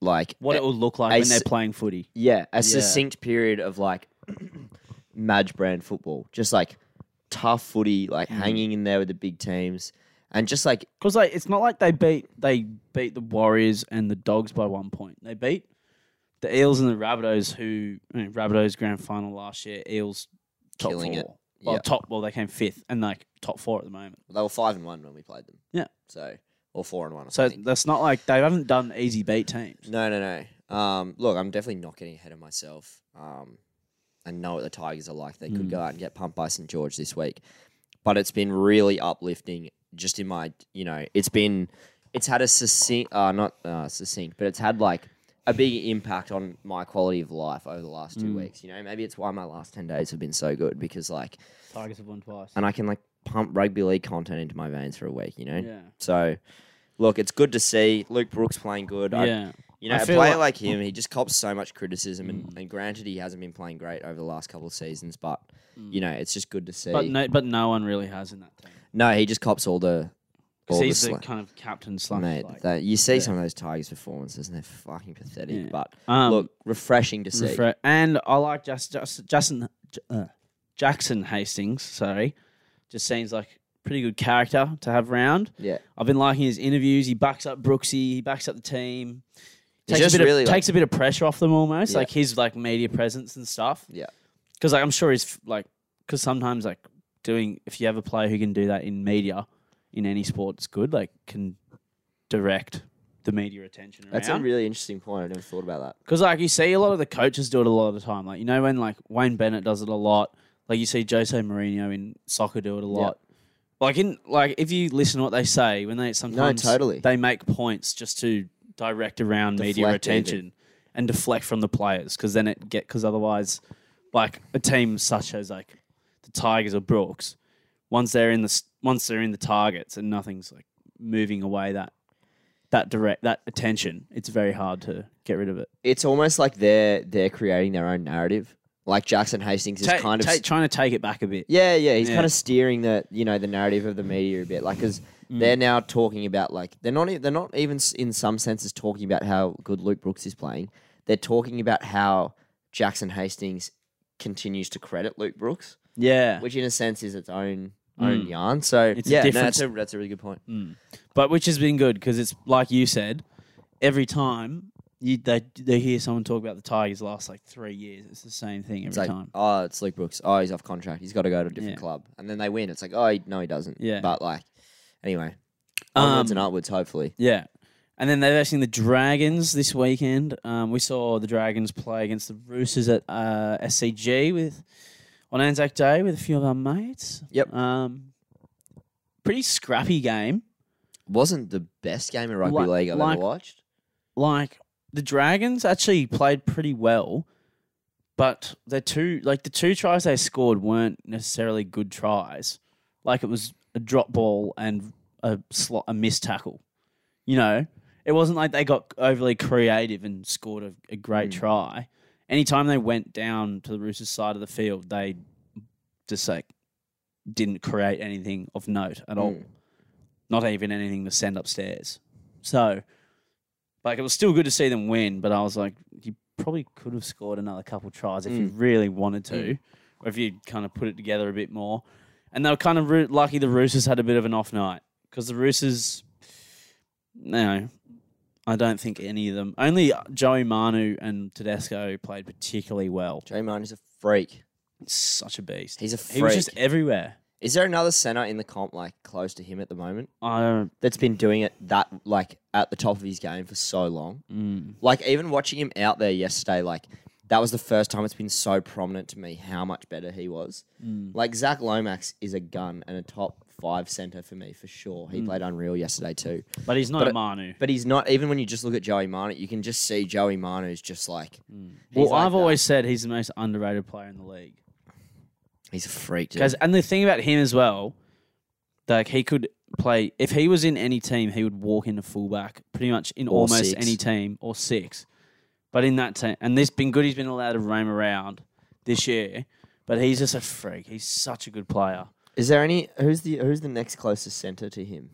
[SPEAKER 1] like
[SPEAKER 2] What it will look like
[SPEAKER 1] I
[SPEAKER 2] when they're
[SPEAKER 1] s-
[SPEAKER 2] playing footy.
[SPEAKER 1] Yeah, a
[SPEAKER 2] Yeah.
[SPEAKER 1] succinct period of like Madge brand football, just like tough footy, like
[SPEAKER 2] Mm.
[SPEAKER 1] hanging in there with the big teams, and just like
[SPEAKER 2] Because like it's not like they beat they beat the Warriors and the Dogs by one point. They beat the Eels and the Rabbitohs, who I mean, Rabbitohs grand final last year. Eels top
[SPEAKER 1] Killing
[SPEAKER 2] four.
[SPEAKER 1] it.
[SPEAKER 2] Well,
[SPEAKER 1] Yeah.
[SPEAKER 2] top. Well, they came fifth and like top four at the moment.
[SPEAKER 1] they were five and one when we played them.
[SPEAKER 2] Yeah.
[SPEAKER 1] so or four and one. Or
[SPEAKER 2] So
[SPEAKER 1] something.
[SPEAKER 2] that's not like they haven't done easy beat teams.
[SPEAKER 1] no, no, no. Um, look, I'm definitely not getting ahead of myself. Um, I know what the Tigers are like. They could go out and get pumped by St George this week, but it's been really uplifting. Just in my, you know, it's been, it's had a succinct, uh, not uh, succinct, but it's had like a big impact on my quality of life over the last two weeks. You know, maybe it's why my last ten days have been so good because like,
[SPEAKER 2] Tigers have won twice.
[SPEAKER 1] and I can like pump rugby league content into my veins for a week. You know,
[SPEAKER 2] Yeah,
[SPEAKER 1] so. Look, it's good to see Luke Brooks playing good. I-
[SPEAKER 2] yeah.
[SPEAKER 1] you know,
[SPEAKER 2] I
[SPEAKER 1] a
[SPEAKER 2] feel
[SPEAKER 1] player
[SPEAKER 2] like-
[SPEAKER 1] like him, he just cops so much criticism, and, and granted, he hasn't been playing great over the last couple of seasons, but you know, it's just good to see.
[SPEAKER 2] Mm. But no, but no one really has in that team.
[SPEAKER 1] no, he just cops all the. All
[SPEAKER 2] 'Cause
[SPEAKER 1] the
[SPEAKER 2] he's the
[SPEAKER 1] slack.
[SPEAKER 2] kind of captain slash.
[SPEAKER 1] Mate,
[SPEAKER 2] like-
[SPEAKER 1] that, you see
[SPEAKER 2] yeah.
[SPEAKER 1] some of those Tigers performances, and they're fucking pathetic.
[SPEAKER 2] Yeah.
[SPEAKER 1] But
[SPEAKER 2] Um,
[SPEAKER 1] look, refreshing to see.
[SPEAKER 2] Refre- and I like just, just Justin J- uh, Jackson Hastings. Sorry, just seems like pretty good character to have round.
[SPEAKER 1] yeah,
[SPEAKER 2] I've been liking his interviews. He backs up Brooksy. He backs up the team.
[SPEAKER 1] He's
[SPEAKER 2] Takes
[SPEAKER 1] just
[SPEAKER 2] a bit
[SPEAKER 1] really,
[SPEAKER 2] of,
[SPEAKER 1] like-
[SPEAKER 2] takes a bit of pressure off them almost,
[SPEAKER 1] Yeah.
[SPEAKER 2] like his like media presence and stuff.
[SPEAKER 1] Yeah.
[SPEAKER 2] because like I'm sure he's f- like because sometimes like doing if you have a player who can do that in media in any sport, it's good. Like can direct the media attention.
[SPEAKER 1] that's
[SPEAKER 2] around.
[SPEAKER 1] a really interesting point. I never thought about that.
[SPEAKER 2] Because like you see a lot of the coaches do it a lot of the time. Like you know when like Wayne Bennett does it a lot. Like you see Jose Mourinho in soccer do it a lot. Like in like if you listen to what they say when they sometimes
[SPEAKER 1] totally.
[SPEAKER 2] they make points just to direct around media
[SPEAKER 1] Deflect even.
[SPEAKER 2] attention and deflect from the players because then it get because otherwise like a team such as like the Tigers or Brooks once they're in the s- once they're in the targets and nothing's like moving away that that direct that attention it's very hard to get rid of it
[SPEAKER 1] It's almost like they're they're creating their own narrative. Like Jackson Hastings is
[SPEAKER 2] Ta-
[SPEAKER 1] kind of
[SPEAKER 2] ta- trying to take it back a bit.
[SPEAKER 1] Yeah, yeah, he's
[SPEAKER 2] Yeah.
[SPEAKER 1] kind of steering the you know the narrative of the media a bit, like because
[SPEAKER 2] Mm.
[SPEAKER 1] they're now talking about like they're not e- they're not even s- in some senses talking about how good Luke Brooks is playing. They're talking about how Jackson Hastings continues to credit Luke Brooks,
[SPEAKER 2] Yeah, Mm.
[SPEAKER 1] which in a sense is its own own yarn. So
[SPEAKER 2] It's a
[SPEAKER 1] yeah, no,
[SPEAKER 2] different Mm.
[SPEAKER 1] that's a that's a really good point.
[SPEAKER 2] but which has been good because it's like you said, every time you they they hear someone talk about the Tigers last like three years, it's the same thing every
[SPEAKER 1] It's like
[SPEAKER 2] time.
[SPEAKER 1] oh, it's Luke Brooks. Oh, he's off contract. He's got to go to a different
[SPEAKER 2] Yeah.
[SPEAKER 1] club, and then they win. It's like oh he, no, he doesn't.
[SPEAKER 2] Yeah.
[SPEAKER 1] but like anyway, onwards
[SPEAKER 2] Um,
[SPEAKER 1] and upwards. Hopefully,
[SPEAKER 2] Yeah, and then they're versing the Dragons this weekend. Um, we saw the Dragons play against the Roosters at uh, SCG with on Anzac Day with a few of our mates.
[SPEAKER 1] Yep.
[SPEAKER 2] Um, pretty scrappy game.
[SPEAKER 1] wasn't the best game of rugby
[SPEAKER 2] Like-
[SPEAKER 1] league I've
[SPEAKER 2] like-
[SPEAKER 1] ever watched.
[SPEAKER 2] like the Dragons actually played pretty well, but the two like the two tries they scored weren't necessarily good tries. Like it was a drop ball and a slot, a missed tackle. You know, it wasn't like they got overly creative and scored a, a great
[SPEAKER 1] Mm.
[SPEAKER 2] try. Anytime they went down to the Roosters' side of the field, they just like didn't create anything of note at all
[SPEAKER 1] Mm.
[SPEAKER 2] not even anything to send upstairs. So, like, it was still good to see them win, but I was like, you probably could have scored another couple tries if you
[SPEAKER 1] Mm.
[SPEAKER 2] really wanted to, or if you kind of put it together a bit more. And they were kind of roo- lucky the Roosters had a bit of an off night because the Roosters, no, I don't think any of them, only Joey Manu and Tedesco played particularly well.
[SPEAKER 1] Jay Martin is a freak.
[SPEAKER 2] Such a beast.
[SPEAKER 1] He's a
[SPEAKER 2] He was just
[SPEAKER 1] freak.
[SPEAKER 2] everywhere.
[SPEAKER 1] Is there another centre in the comp like close to him at the moment
[SPEAKER 2] I don't.
[SPEAKER 1] that's been doing it that like at the top of his game for so long?
[SPEAKER 2] Mm,
[SPEAKER 1] Like even watching him out there yesterday, like that was the first time it's been so prominent to me how much better he was.
[SPEAKER 2] mm.
[SPEAKER 1] Like Zach Lomax is a gun and a top five centre for me for sure.
[SPEAKER 2] Mm.
[SPEAKER 1] He played unreal yesterday too.
[SPEAKER 2] But he's not
[SPEAKER 1] But
[SPEAKER 2] a
[SPEAKER 1] it-
[SPEAKER 2] Manu.
[SPEAKER 1] But he's not even when you just look at Joey Manu, you can just see Joey Manu's just like he's
[SPEAKER 2] Mm. Well,
[SPEAKER 1] like
[SPEAKER 2] I've
[SPEAKER 1] that.
[SPEAKER 2] always said he's the most underrated player in the league.
[SPEAKER 1] he's a freak. dude.
[SPEAKER 2] Because and the thing about him as well, like he could play if he was in any team, he would walk into fullback pretty much in
[SPEAKER 1] Or
[SPEAKER 2] almost
[SPEAKER 1] six.
[SPEAKER 2] any team or six. But in that team, and this been good, he's been allowed to roam around this year. But he's just a freak. He's such a good player.
[SPEAKER 1] Is there any who's the who's the next closest centre to him?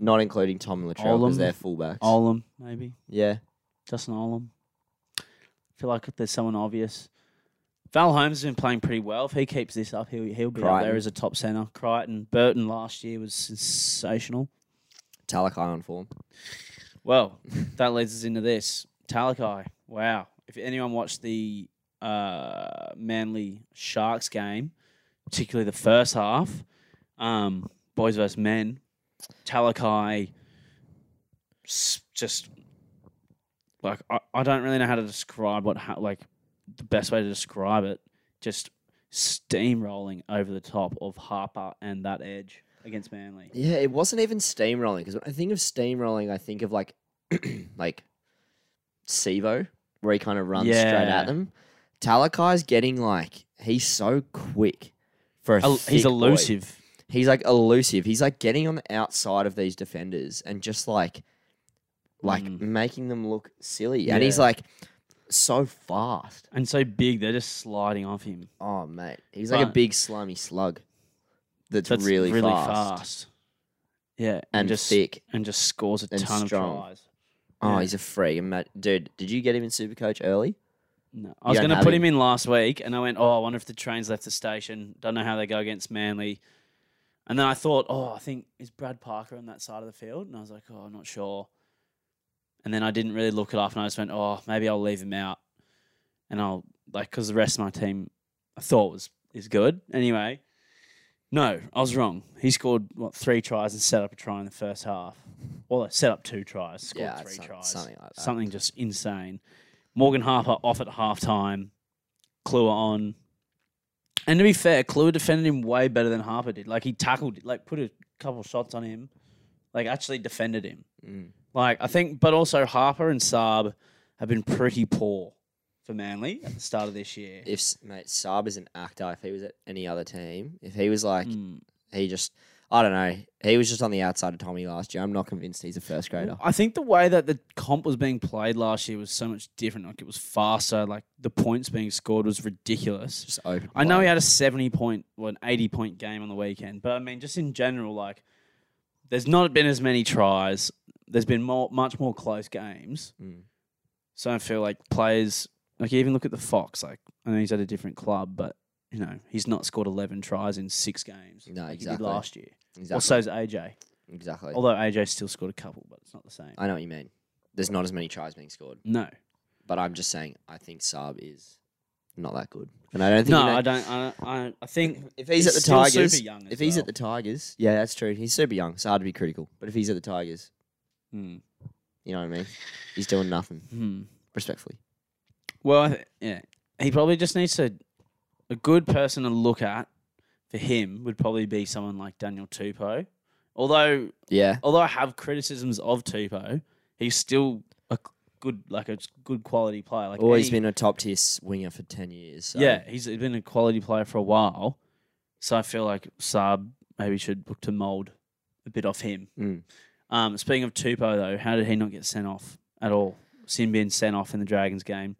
[SPEAKER 1] Not including Tom and Latrell because
[SPEAKER 2] Olam.
[SPEAKER 1] they're fullbacks.
[SPEAKER 2] Olam, maybe
[SPEAKER 1] Yeah,
[SPEAKER 2] Justin Olam. I feel like there's someone obvious. Val Holmes has been playing pretty well. If he keeps this up, he'll, he'll be up there
[SPEAKER 1] Crichton.
[SPEAKER 2] as a top centre. Crichton, Burton last year was sensational.
[SPEAKER 1] Talakai on form.
[SPEAKER 2] Well, that leads us into this. Talakai. Wow. If anyone watched the uh, Manly Sharks game, particularly the first half, um, boys versus men, Talakai s- just like I, I don't really know how to describe what ha- like the best way to describe it. Just steamrolling over the top of Harper and that edge against Manly.
[SPEAKER 1] Yeah, it wasn't even steamrolling because when I think of steamrolling, I think of like like Sevo where he kind of runs straight
[SPEAKER 2] Yeah.
[SPEAKER 1] at them. Talakai's getting like he's so quick for a
[SPEAKER 2] El-
[SPEAKER 1] thick
[SPEAKER 2] he's
[SPEAKER 1] boy.
[SPEAKER 2] elusive.
[SPEAKER 1] He's like elusive. He's like getting on the outside of these defenders and just like like
[SPEAKER 2] Mm.
[SPEAKER 1] making them look silly. And he's
[SPEAKER 2] Yeah.
[SPEAKER 1] like so fast.
[SPEAKER 2] and so big they're just sliding off him.
[SPEAKER 1] Oh mate. He's like a
[SPEAKER 2] But-
[SPEAKER 1] big slimy slug that's,
[SPEAKER 2] That's
[SPEAKER 1] really, fast,
[SPEAKER 2] Yeah, and,
[SPEAKER 1] and
[SPEAKER 2] just
[SPEAKER 1] thick.
[SPEAKER 2] and just scores a
[SPEAKER 1] and
[SPEAKER 2] ton
[SPEAKER 1] strong.
[SPEAKER 2] of tries.
[SPEAKER 1] Oh,
[SPEAKER 2] yeah.
[SPEAKER 1] he's a freak. And Matt- Dude, did you get him in Supercoach early?
[SPEAKER 2] No, I was
[SPEAKER 1] don't
[SPEAKER 2] going to
[SPEAKER 1] have
[SPEAKER 2] put
[SPEAKER 1] him.
[SPEAKER 2] him in last week, and I went, "Oh, I wonder if the train's left the station. Don't know how they go against Manly." And then I thought, "Oh, I think is Brad Parker on that side of the field?" And I was like, "Oh, I'm not sure." And then I didn't really look it up, and I just went, "Oh, maybe I'll leave him out." And I'll like because the rest of my team, I thought was is good anyway. No, I was wrong. He scored what three tries and set up a try in the first half. Well, set up two tries, scored
[SPEAKER 1] Yeah,
[SPEAKER 2] three
[SPEAKER 1] some-
[SPEAKER 2] tries,
[SPEAKER 1] something like that.
[SPEAKER 2] Uh, something just insane. Morgan Harper off at halftime. Kluwer on. And to be fair, Kluwer defended him way better than Harper did. Like he tackled, like put a couple shots on him, like actually defended him.
[SPEAKER 1] Mm.
[SPEAKER 2] Like I think, but also Harper and Saab have been pretty poor for Manly at the start of this year.
[SPEAKER 1] If s- mate, Saab is an actor, if he was at any other team, if he was like
[SPEAKER 2] Mm.
[SPEAKER 1] he just I don't know. He was just on the outside of Tommy last year. I'm not convinced he's a first grader.
[SPEAKER 2] I think the way that the comp was being played last year was so much different. Like it was faster. Like the points being scored was ridiculous.
[SPEAKER 1] Just open.
[SPEAKER 2] I know
[SPEAKER 1] play.
[SPEAKER 2] he had a 70 point or an 80 point game on the weekend, but I mean, just in general, like, there's not been as many tries. There's been more, much more close games.
[SPEAKER 1] Mm.
[SPEAKER 2] So I feel like players, like, even look at the Fox. Like, I know he's at a different club, but, you know, he's not scored 11 tries in six games.
[SPEAKER 1] No,
[SPEAKER 2] like He did
[SPEAKER 1] exactly.
[SPEAKER 2] last year.
[SPEAKER 1] Exactly.
[SPEAKER 2] Or so's AJ.
[SPEAKER 1] exactly.
[SPEAKER 2] Although AJ still scored a couple, but it's not the same.
[SPEAKER 1] I know what you mean. There's not as many tries being scored,
[SPEAKER 2] No.
[SPEAKER 1] but I'm just saying I think Saab is not that good, and I don't think.
[SPEAKER 2] No,
[SPEAKER 1] you know-
[SPEAKER 2] I don't. I, I, I think
[SPEAKER 1] If he's, at the
[SPEAKER 2] still
[SPEAKER 1] Tigers,
[SPEAKER 2] super young as
[SPEAKER 1] if he's
[SPEAKER 2] well.
[SPEAKER 1] at the Tigers, yeah, that's true. He's super young. It's hard to be critical, but if he's at the Tigers,
[SPEAKER 2] Hmm.
[SPEAKER 1] you know what I mean. He's doing nothing,
[SPEAKER 2] Hmm.
[SPEAKER 1] respectfully.
[SPEAKER 2] Well, I th- yeah, he probably just needs to. A good person to look at for him would probably be someone like Daniel Tupou Although
[SPEAKER 1] Yeah.
[SPEAKER 2] although I have criticisms of Tipo, he's still a c- good like a good quality player. Like
[SPEAKER 1] Always
[SPEAKER 2] any-
[SPEAKER 1] been a top tier winger for 10 years. So.
[SPEAKER 2] Yeah, he's been a quality player for a while. So I feel like Saab maybe should look to mould a bit off him.
[SPEAKER 1] Mm.
[SPEAKER 2] Um, speaking of Tupou, though, how did he not get sent off at all? Sinbin sent off in the Dragons game.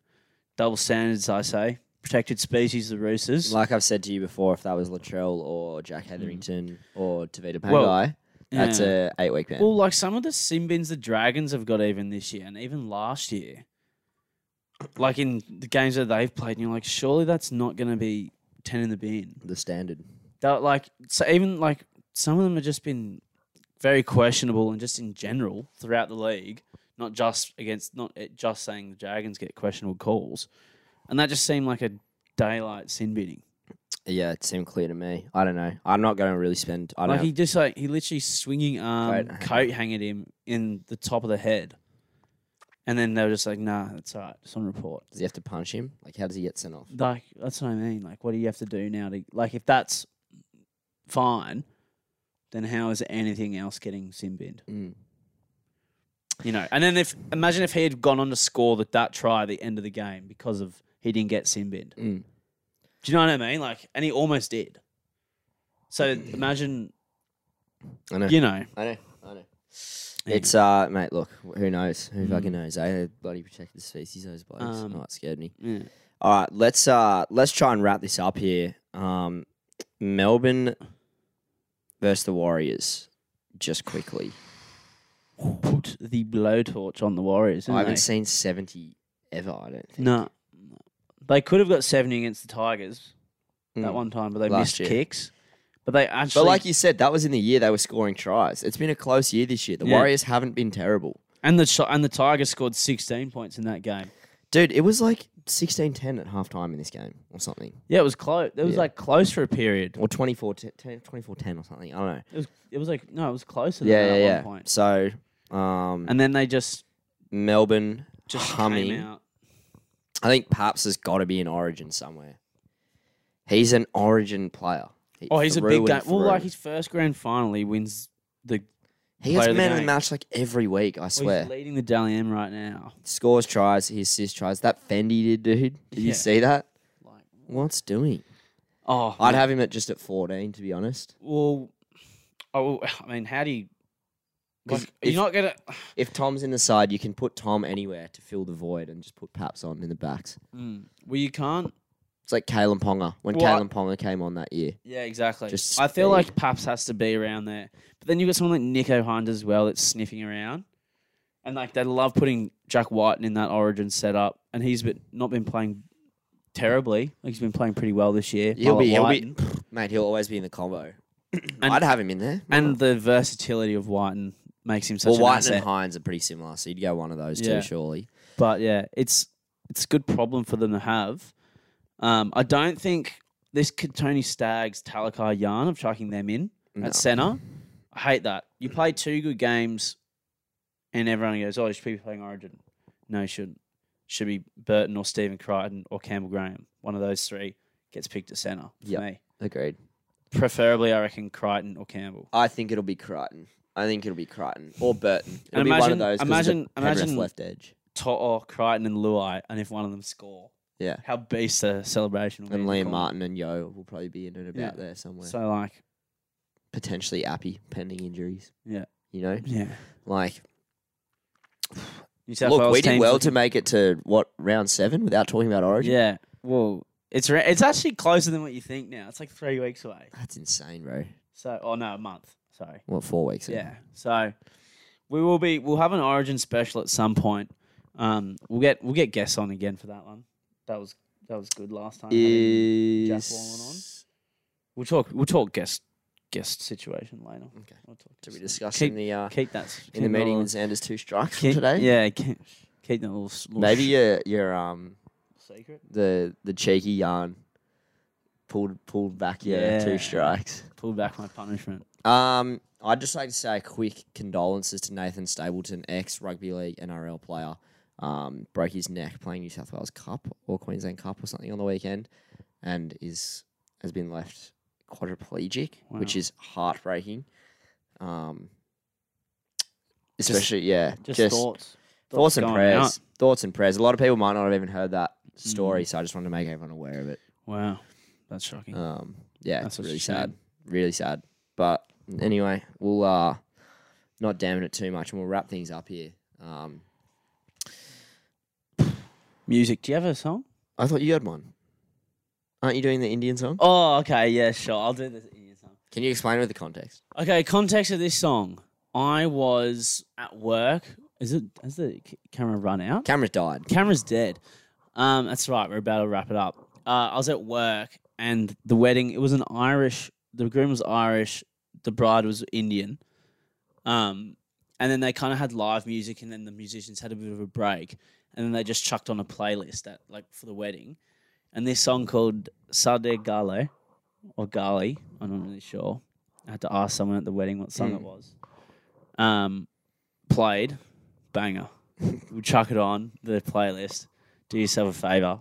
[SPEAKER 2] Double standards, I say. Protected species, the Roosters.
[SPEAKER 1] Like I've said to you before, if that was Latrell or Jack Hetherington or Tavita Pangai,
[SPEAKER 2] Mm. Well,
[SPEAKER 1] that's
[SPEAKER 2] Yeah.
[SPEAKER 1] a eight week ban.
[SPEAKER 2] Well, like some of the Simbins the Dragons have got even this year and even last year. Like in the games that they've played, and you're like, surely that's not going to be 10 in the bin.
[SPEAKER 1] the standard.
[SPEAKER 2] That, like, so even like some of them have just been very questionable and just in general throughout the league, not just against, not it- just saying the Dragons get questionable calls. And that just seemed like a daylight sin bidding.
[SPEAKER 1] Yeah, it seemed clear to me. I don't know. I'm not going to really spend. I don't
[SPEAKER 2] Like he just like he literally swinging arm
[SPEAKER 1] Coat-
[SPEAKER 2] coat hang at him in the top of the head, and then they were just like, "Nah, that's all right, it's on report."
[SPEAKER 1] Does he have to punch him? Like, how does he get sent off?
[SPEAKER 2] Like that's what I mean. Like, what do you have to do now to like if that's fine, then how is anything else getting simbined?
[SPEAKER 1] Mm.
[SPEAKER 2] You know. And then if imagine if he had gone on to score that that try at the end of the game because of he didn't get simbined.
[SPEAKER 1] Mm.
[SPEAKER 2] Do you know what I mean? Like, and he almost did. So imagine,
[SPEAKER 1] I know.
[SPEAKER 2] you know,
[SPEAKER 1] I know. I know. It's uh, mate. Look, who knows? Who fucking knows? Eh? They bloody protected species. Those blokes.
[SPEAKER 2] Mm. Um,
[SPEAKER 1] oh, it scared me.
[SPEAKER 2] yeah.
[SPEAKER 1] All right, let's uh, let's try and wrap this up here. Um, Melbourne versus the Warriors. Just quickly,
[SPEAKER 2] put the blowtorch on the Warriors.
[SPEAKER 1] I
[SPEAKER 2] didn't
[SPEAKER 1] haven't
[SPEAKER 2] they?
[SPEAKER 1] seen seventy ever. I don't think.
[SPEAKER 2] No. They could have got 70 against the Tigers that
[SPEAKER 1] Mm.
[SPEAKER 2] one time, but they
[SPEAKER 1] Last
[SPEAKER 2] missed
[SPEAKER 1] year.
[SPEAKER 2] kicks. But they actually.
[SPEAKER 1] But like you said, that was in the year they were scoring tries. It's been a close year this year. The
[SPEAKER 2] Yeah.
[SPEAKER 1] Warriors haven't been terrible.
[SPEAKER 2] and, the, Chi- and the Tigers scored 16 points in that game.
[SPEAKER 1] Dude, it was like 16-10 at halftime in this game or something.
[SPEAKER 2] Yeah, it was close. It was
[SPEAKER 1] Yeah.
[SPEAKER 2] like close for a period.
[SPEAKER 1] Or 24-10 24-10 or something. I don't know.
[SPEAKER 2] It was, it was like, no, it was closer than
[SPEAKER 1] Yeah, yeah,
[SPEAKER 2] that at
[SPEAKER 1] yeah.
[SPEAKER 2] one point.
[SPEAKER 1] So, um,
[SPEAKER 2] And then they just,
[SPEAKER 1] Melbourne
[SPEAKER 2] just
[SPEAKER 1] humming.
[SPEAKER 2] came out.
[SPEAKER 1] I think Paps has got to be in Origin somewhere. He's an Origin player. He-
[SPEAKER 2] Oh, he's a
[SPEAKER 1] through
[SPEAKER 2] big
[SPEAKER 1] and
[SPEAKER 2] game. Well,
[SPEAKER 1] through.
[SPEAKER 2] like his first grand final, he wins the.
[SPEAKER 1] he gets
[SPEAKER 2] player of the
[SPEAKER 1] man of the
[SPEAKER 2] game.
[SPEAKER 1] match like every week. I
[SPEAKER 2] Well,
[SPEAKER 1] swear,
[SPEAKER 2] he's leading the Dally M right now.
[SPEAKER 1] scores tries, he assists tries. That Fendi did, dude. Did you
[SPEAKER 2] Yeah.
[SPEAKER 1] see that?
[SPEAKER 2] Like,
[SPEAKER 1] What's doing?
[SPEAKER 2] oh,
[SPEAKER 1] I'd have him at just at fourteen, to be honest.
[SPEAKER 2] Well, oh, well, I mean, how do you?
[SPEAKER 1] 'Cause
[SPEAKER 2] Like,
[SPEAKER 1] if-
[SPEAKER 2] you're not gonna.
[SPEAKER 1] If Tom's in the side, you can put Tom anywhere to fill the void and just put Paps on in the backs.
[SPEAKER 2] hmm, well, you can't.
[SPEAKER 1] It's like Kalen Ponga when
[SPEAKER 2] Well, I-
[SPEAKER 1] Kalen Ponga came on that year.
[SPEAKER 2] Yeah, exactly.
[SPEAKER 1] Just
[SPEAKER 2] I feel
[SPEAKER 1] speed.
[SPEAKER 2] like Paps has to be around there, but then you've got someone like Nico Hunt as well that's sniffing around, and like they love putting Jack Whiten in that Origin setup, and he's been, not been playing terribly. Like he's been playing pretty well this year.
[SPEAKER 1] He'll be, he'll
[SPEAKER 2] Mullet
[SPEAKER 1] be,
[SPEAKER 2] Whiten.
[SPEAKER 1] mate. He'll always be in the combo.
[SPEAKER 2] And-
[SPEAKER 1] I'd have him in there. Why
[SPEAKER 2] and
[SPEAKER 1] not?
[SPEAKER 2] the versatility of Whiten makes him such
[SPEAKER 1] well,
[SPEAKER 2] an
[SPEAKER 1] White
[SPEAKER 2] asset.
[SPEAKER 1] and Hines are pretty similar, so you'd go one of those
[SPEAKER 2] Yeah.
[SPEAKER 1] two, surely.
[SPEAKER 2] But yeah, it's it's a good problem for them to have. Um, I don't think this could Tony Staggs, Talakai yarn of chucking them in
[SPEAKER 1] No.
[SPEAKER 2] at centre. I hate that. You play two good games and everyone goes, Oh, you should be playing Origin. No, you shouldn't. Should be Burton or Stephen Crichton or Campbell Graham. One of those three gets picked at centre for
[SPEAKER 1] Yep.
[SPEAKER 2] me.
[SPEAKER 1] Agreed.
[SPEAKER 2] Preferably I reckon Crichton or Campbell.
[SPEAKER 1] I think it'll be Crichton. I think it'll be Crichton or Burton. It'll
[SPEAKER 2] And
[SPEAKER 1] be one of
[SPEAKER 2] imagine-
[SPEAKER 1] those. 'cause of the
[SPEAKER 2] imagine-
[SPEAKER 1] Penrith
[SPEAKER 2] imagine-
[SPEAKER 1] left edge.
[SPEAKER 2] To'o, Crichton and Luai, and if one of them score.
[SPEAKER 1] Yeah.
[SPEAKER 2] How beast a celebration will be
[SPEAKER 1] And
[SPEAKER 2] in the
[SPEAKER 1] Liam
[SPEAKER 2] corner.
[SPEAKER 1] Martin and Yo will probably be in and about
[SPEAKER 2] Yeah.
[SPEAKER 1] there somewhere.
[SPEAKER 2] So like
[SPEAKER 1] Potentially Appy, pending injuries.
[SPEAKER 2] Yeah.
[SPEAKER 1] You know,
[SPEAKER 2] yeah.
[SPEAKER 1] like
[SPEAKER 2] New South
[SPEAKER 1] look,
[SPEAKER 2] Wales
[SPEAKER 1] we did
[SPEAKER 2] team's
[SPEAKER 1] well
[SPEAKER 2] looking-
[SPEAKER 1] to make it to what round seven without talking about Origin.
[SPEAKER 2] Yeah. Well, it's ra- it's actually closer than what you think now. It's like three weeks away.
[SPEAKER 1] That's insane, bro.
[SPEAKER 2] So, oh no, a month. Sorry.
[SPEAKER 1] What four weeks? in?
[SPEAKER 2] Yeah. So, we will be we'll have an Origin special at some point. Um, we'll get we'll get guests on again for that one. That was that was good last time. having- Jack Wallen on?
[SPEAKER 1] Is
[SPEAKER 2] We'll talk we'll talk guest guest situation later.
[SPEAKER 1] Okay.
[SPEAKER 2] We'll talk
[SPEAKER 1] to
[SPEAKER 2] guest-
[SPEAKER 1] be discussed
[SPEAKER 2] keep,
[SPEAKER 1] in the uh,
[SPEAKER 2] keep that s-
[SPEAKER 1] in the
[SPEAKER 2] keep that
[SPEAKER 1] meeting
[SPEAKER 2] little-
[SPEAKER 1] with Sanders two strikes from
[SPEAKER 2] keep-
[SPEAKER 1] today.
[SPEAKER 2] Yeah. Keep, keep that little, s- little
[SPEAKER 1] Maybe
[SPEAKER 2] sh-
[SPEAKER 1] your your um
[SPEAKER 2] secret.
[SPEAKER 1] the the cheeky yarn pulled pulled back your
[SPEAKER 2] Yeah.
[SPEAKER 1] two strikes.
[SPEAKER 2] Pull back my punishment.
[SPEAKER 1] Um, I'd just like to say a quick condolences to Nathan Stapleton, ex rugby league NRL player. Um, broke his neck playing New South Wales Cup or Queensland Cup or something on the weekend, and is has been left quadriplegic, which
[SPEAKER 2] Wow.
[SPEAKER 1] is heartbreaking. Um, especially yeah,
[SPEAKER 4] Just,
[SPEAKER 1] just,
[SPEAKER 4] thoughts.
[SPEAKER 1] thoughts,
[SPEAKER 2] thoughts
[SPEAKER 1] and
[SPEAKER 2] going
[SPEAKER 1] prayers.
[SPEAKER 2] out. Mm.
[SPEAKER 1] Thoughts and prayers. A lot of people might not have even heard that story, so I just wanted to make everyone aware of it.
[SPEAKER 2] Wow, that's shocking.
[SPEAKER 1] Um, yeah,
[SPEAKER 2] That's
[SPEAKER 1] it's
[SPEAKER 2] such a
[SPEAKER 1] really
[SPEAKER 2] shame.
[SPEAKER 1] sad. Really sad. But anyway, we'll uh, not damn it too much, and we'll wrap things up here. Um,
[SPEAKER 2] Music. Do you have a song?
[SPEAKER 1] I thought you had one. Aren't you doing the Indian song?
[SPEAKER 2] Oh, okay. Yeah, sure. I'll do this Indian song.
[SPEAKER 1] Can you explain with the context?
[SPEAKER 2] Okay, context of this song. I was at work. Is it? Has the c- camera run out?
[SPEAKER 1] Camera's died.
[SPEAKER 2] Camera's dead. Um, that's right. We're about to wrap it up. Uh, I was at work, and the wedding. It was an Irish. The groom was Irish. The bride was Indian. Um, and then they kind of had live music, and then the musicians had a bit of a break, and then they just chucked on a playlist at like for the wedding, and this song called Sade Gale, or Gali. I'm not really sure. I had to ask someone at the wedding what song it was. Um, played, banger we chuck it on the playlist. Do yourself a favor,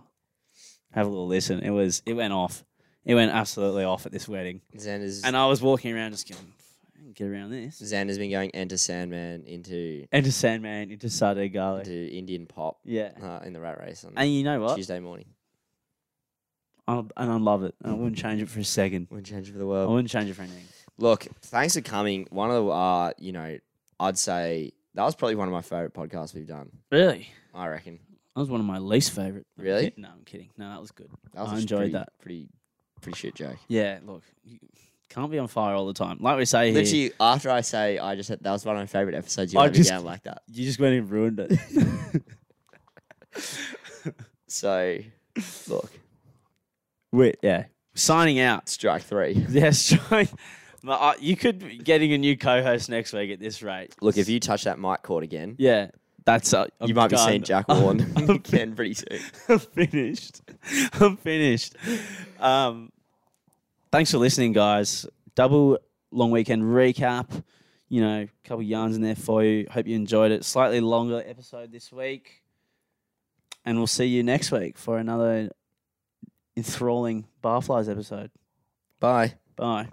[SPEAKER 2] have a little listen. It was it went off. It went absolutely off at this wedding,
[SPEAKER 1] Xander's,
[SPEAKER 2] and I was walking around just going, "Fucking get around this.
[SPEAKER 1] Xander's been going enter Sandman into
[SPEAKER 2] Into Sandman, into Sade Garlic.
[SPEAKER 1] into Indian pop
[SPEAKER 2] Yeah,
[SPEAKER 1] uh, in the rat race on
[SPEAKER 2] and you know what?
[SPEAKER 1] Tuesday morning.
[SPEAKER 2] I, and I love it. I wouldn't change it for a second.
[SPEAKER 1] Wouldn't change it for the
[SPEAKER 2] I
[SPEAKER 1] world.
[SPEAKER 2] wouldn't change it for anything.
[SPEAKER 1] Oh, Look, thanks for coming. One of the, uh, you know, I'd say that was probably one of my favorite podcasts we've done.
[SPEAKER 2] Really,
[SPEAKER 1] I reckon
[SPEAKER 2] that was one of my least favorite. I'm
[SPEAKER 1] Really?
[SPEAKER 2] kid- No, I'm kidding. No, that was good.
[SPEAKER 1] that was
[SPEAKER 2] I
[SPEAKER 1] a sh-
[SPEAKER 2] enjoyed
[SPEAKER 1] pretty,
[SPEAKER 2] that.
[SPEAKER 1] Pretty, pretty shit joke.
[SPEAKER 2] Yeah, look, you can't be on fire all the time. Like we say here,
[SPEAKER 1] Literally, after I say I just that was one of my favorite episodes. You
[SPEAKER 2] I
[SPEAKER 1] let me
[SPEAKER 2] just-
[SPEAKER 1] down like that.
[SPEAKER 2] you just went and ruined it.
[SPEAKER 1] So, look,
[SPEAKER 2] Wait, yeah, signing out.
[SPEAKER 1] strike three.
[SPEAKER 2] Yes, trying. But I, you could be getting a new co-host next week at this rate.
[SPEAKER 1] Look, if you touch that mic cord again,
[SPEAKER 2] yeah, that's uh, I'm
[SPEAKER 1] you might be
[SPEAKER 2] done.
[SPEAKER 1] seeing Jack Warren
[SPEAKER 2] I'm- I'm
[SPEAKER 1] again pretty soon.
[SPEAKER 2] I'm finished. I'm finished. Um, thanks for listening, guys. Double long weekend recap. You know, a couple yarns in there for you. Hope you enjoyed it. Slightly longer episode this week, and we'll see you next week for another enthralling Barflies episode.
[SPEAKER 1] Bye.
[SPEAKER 2] Bye.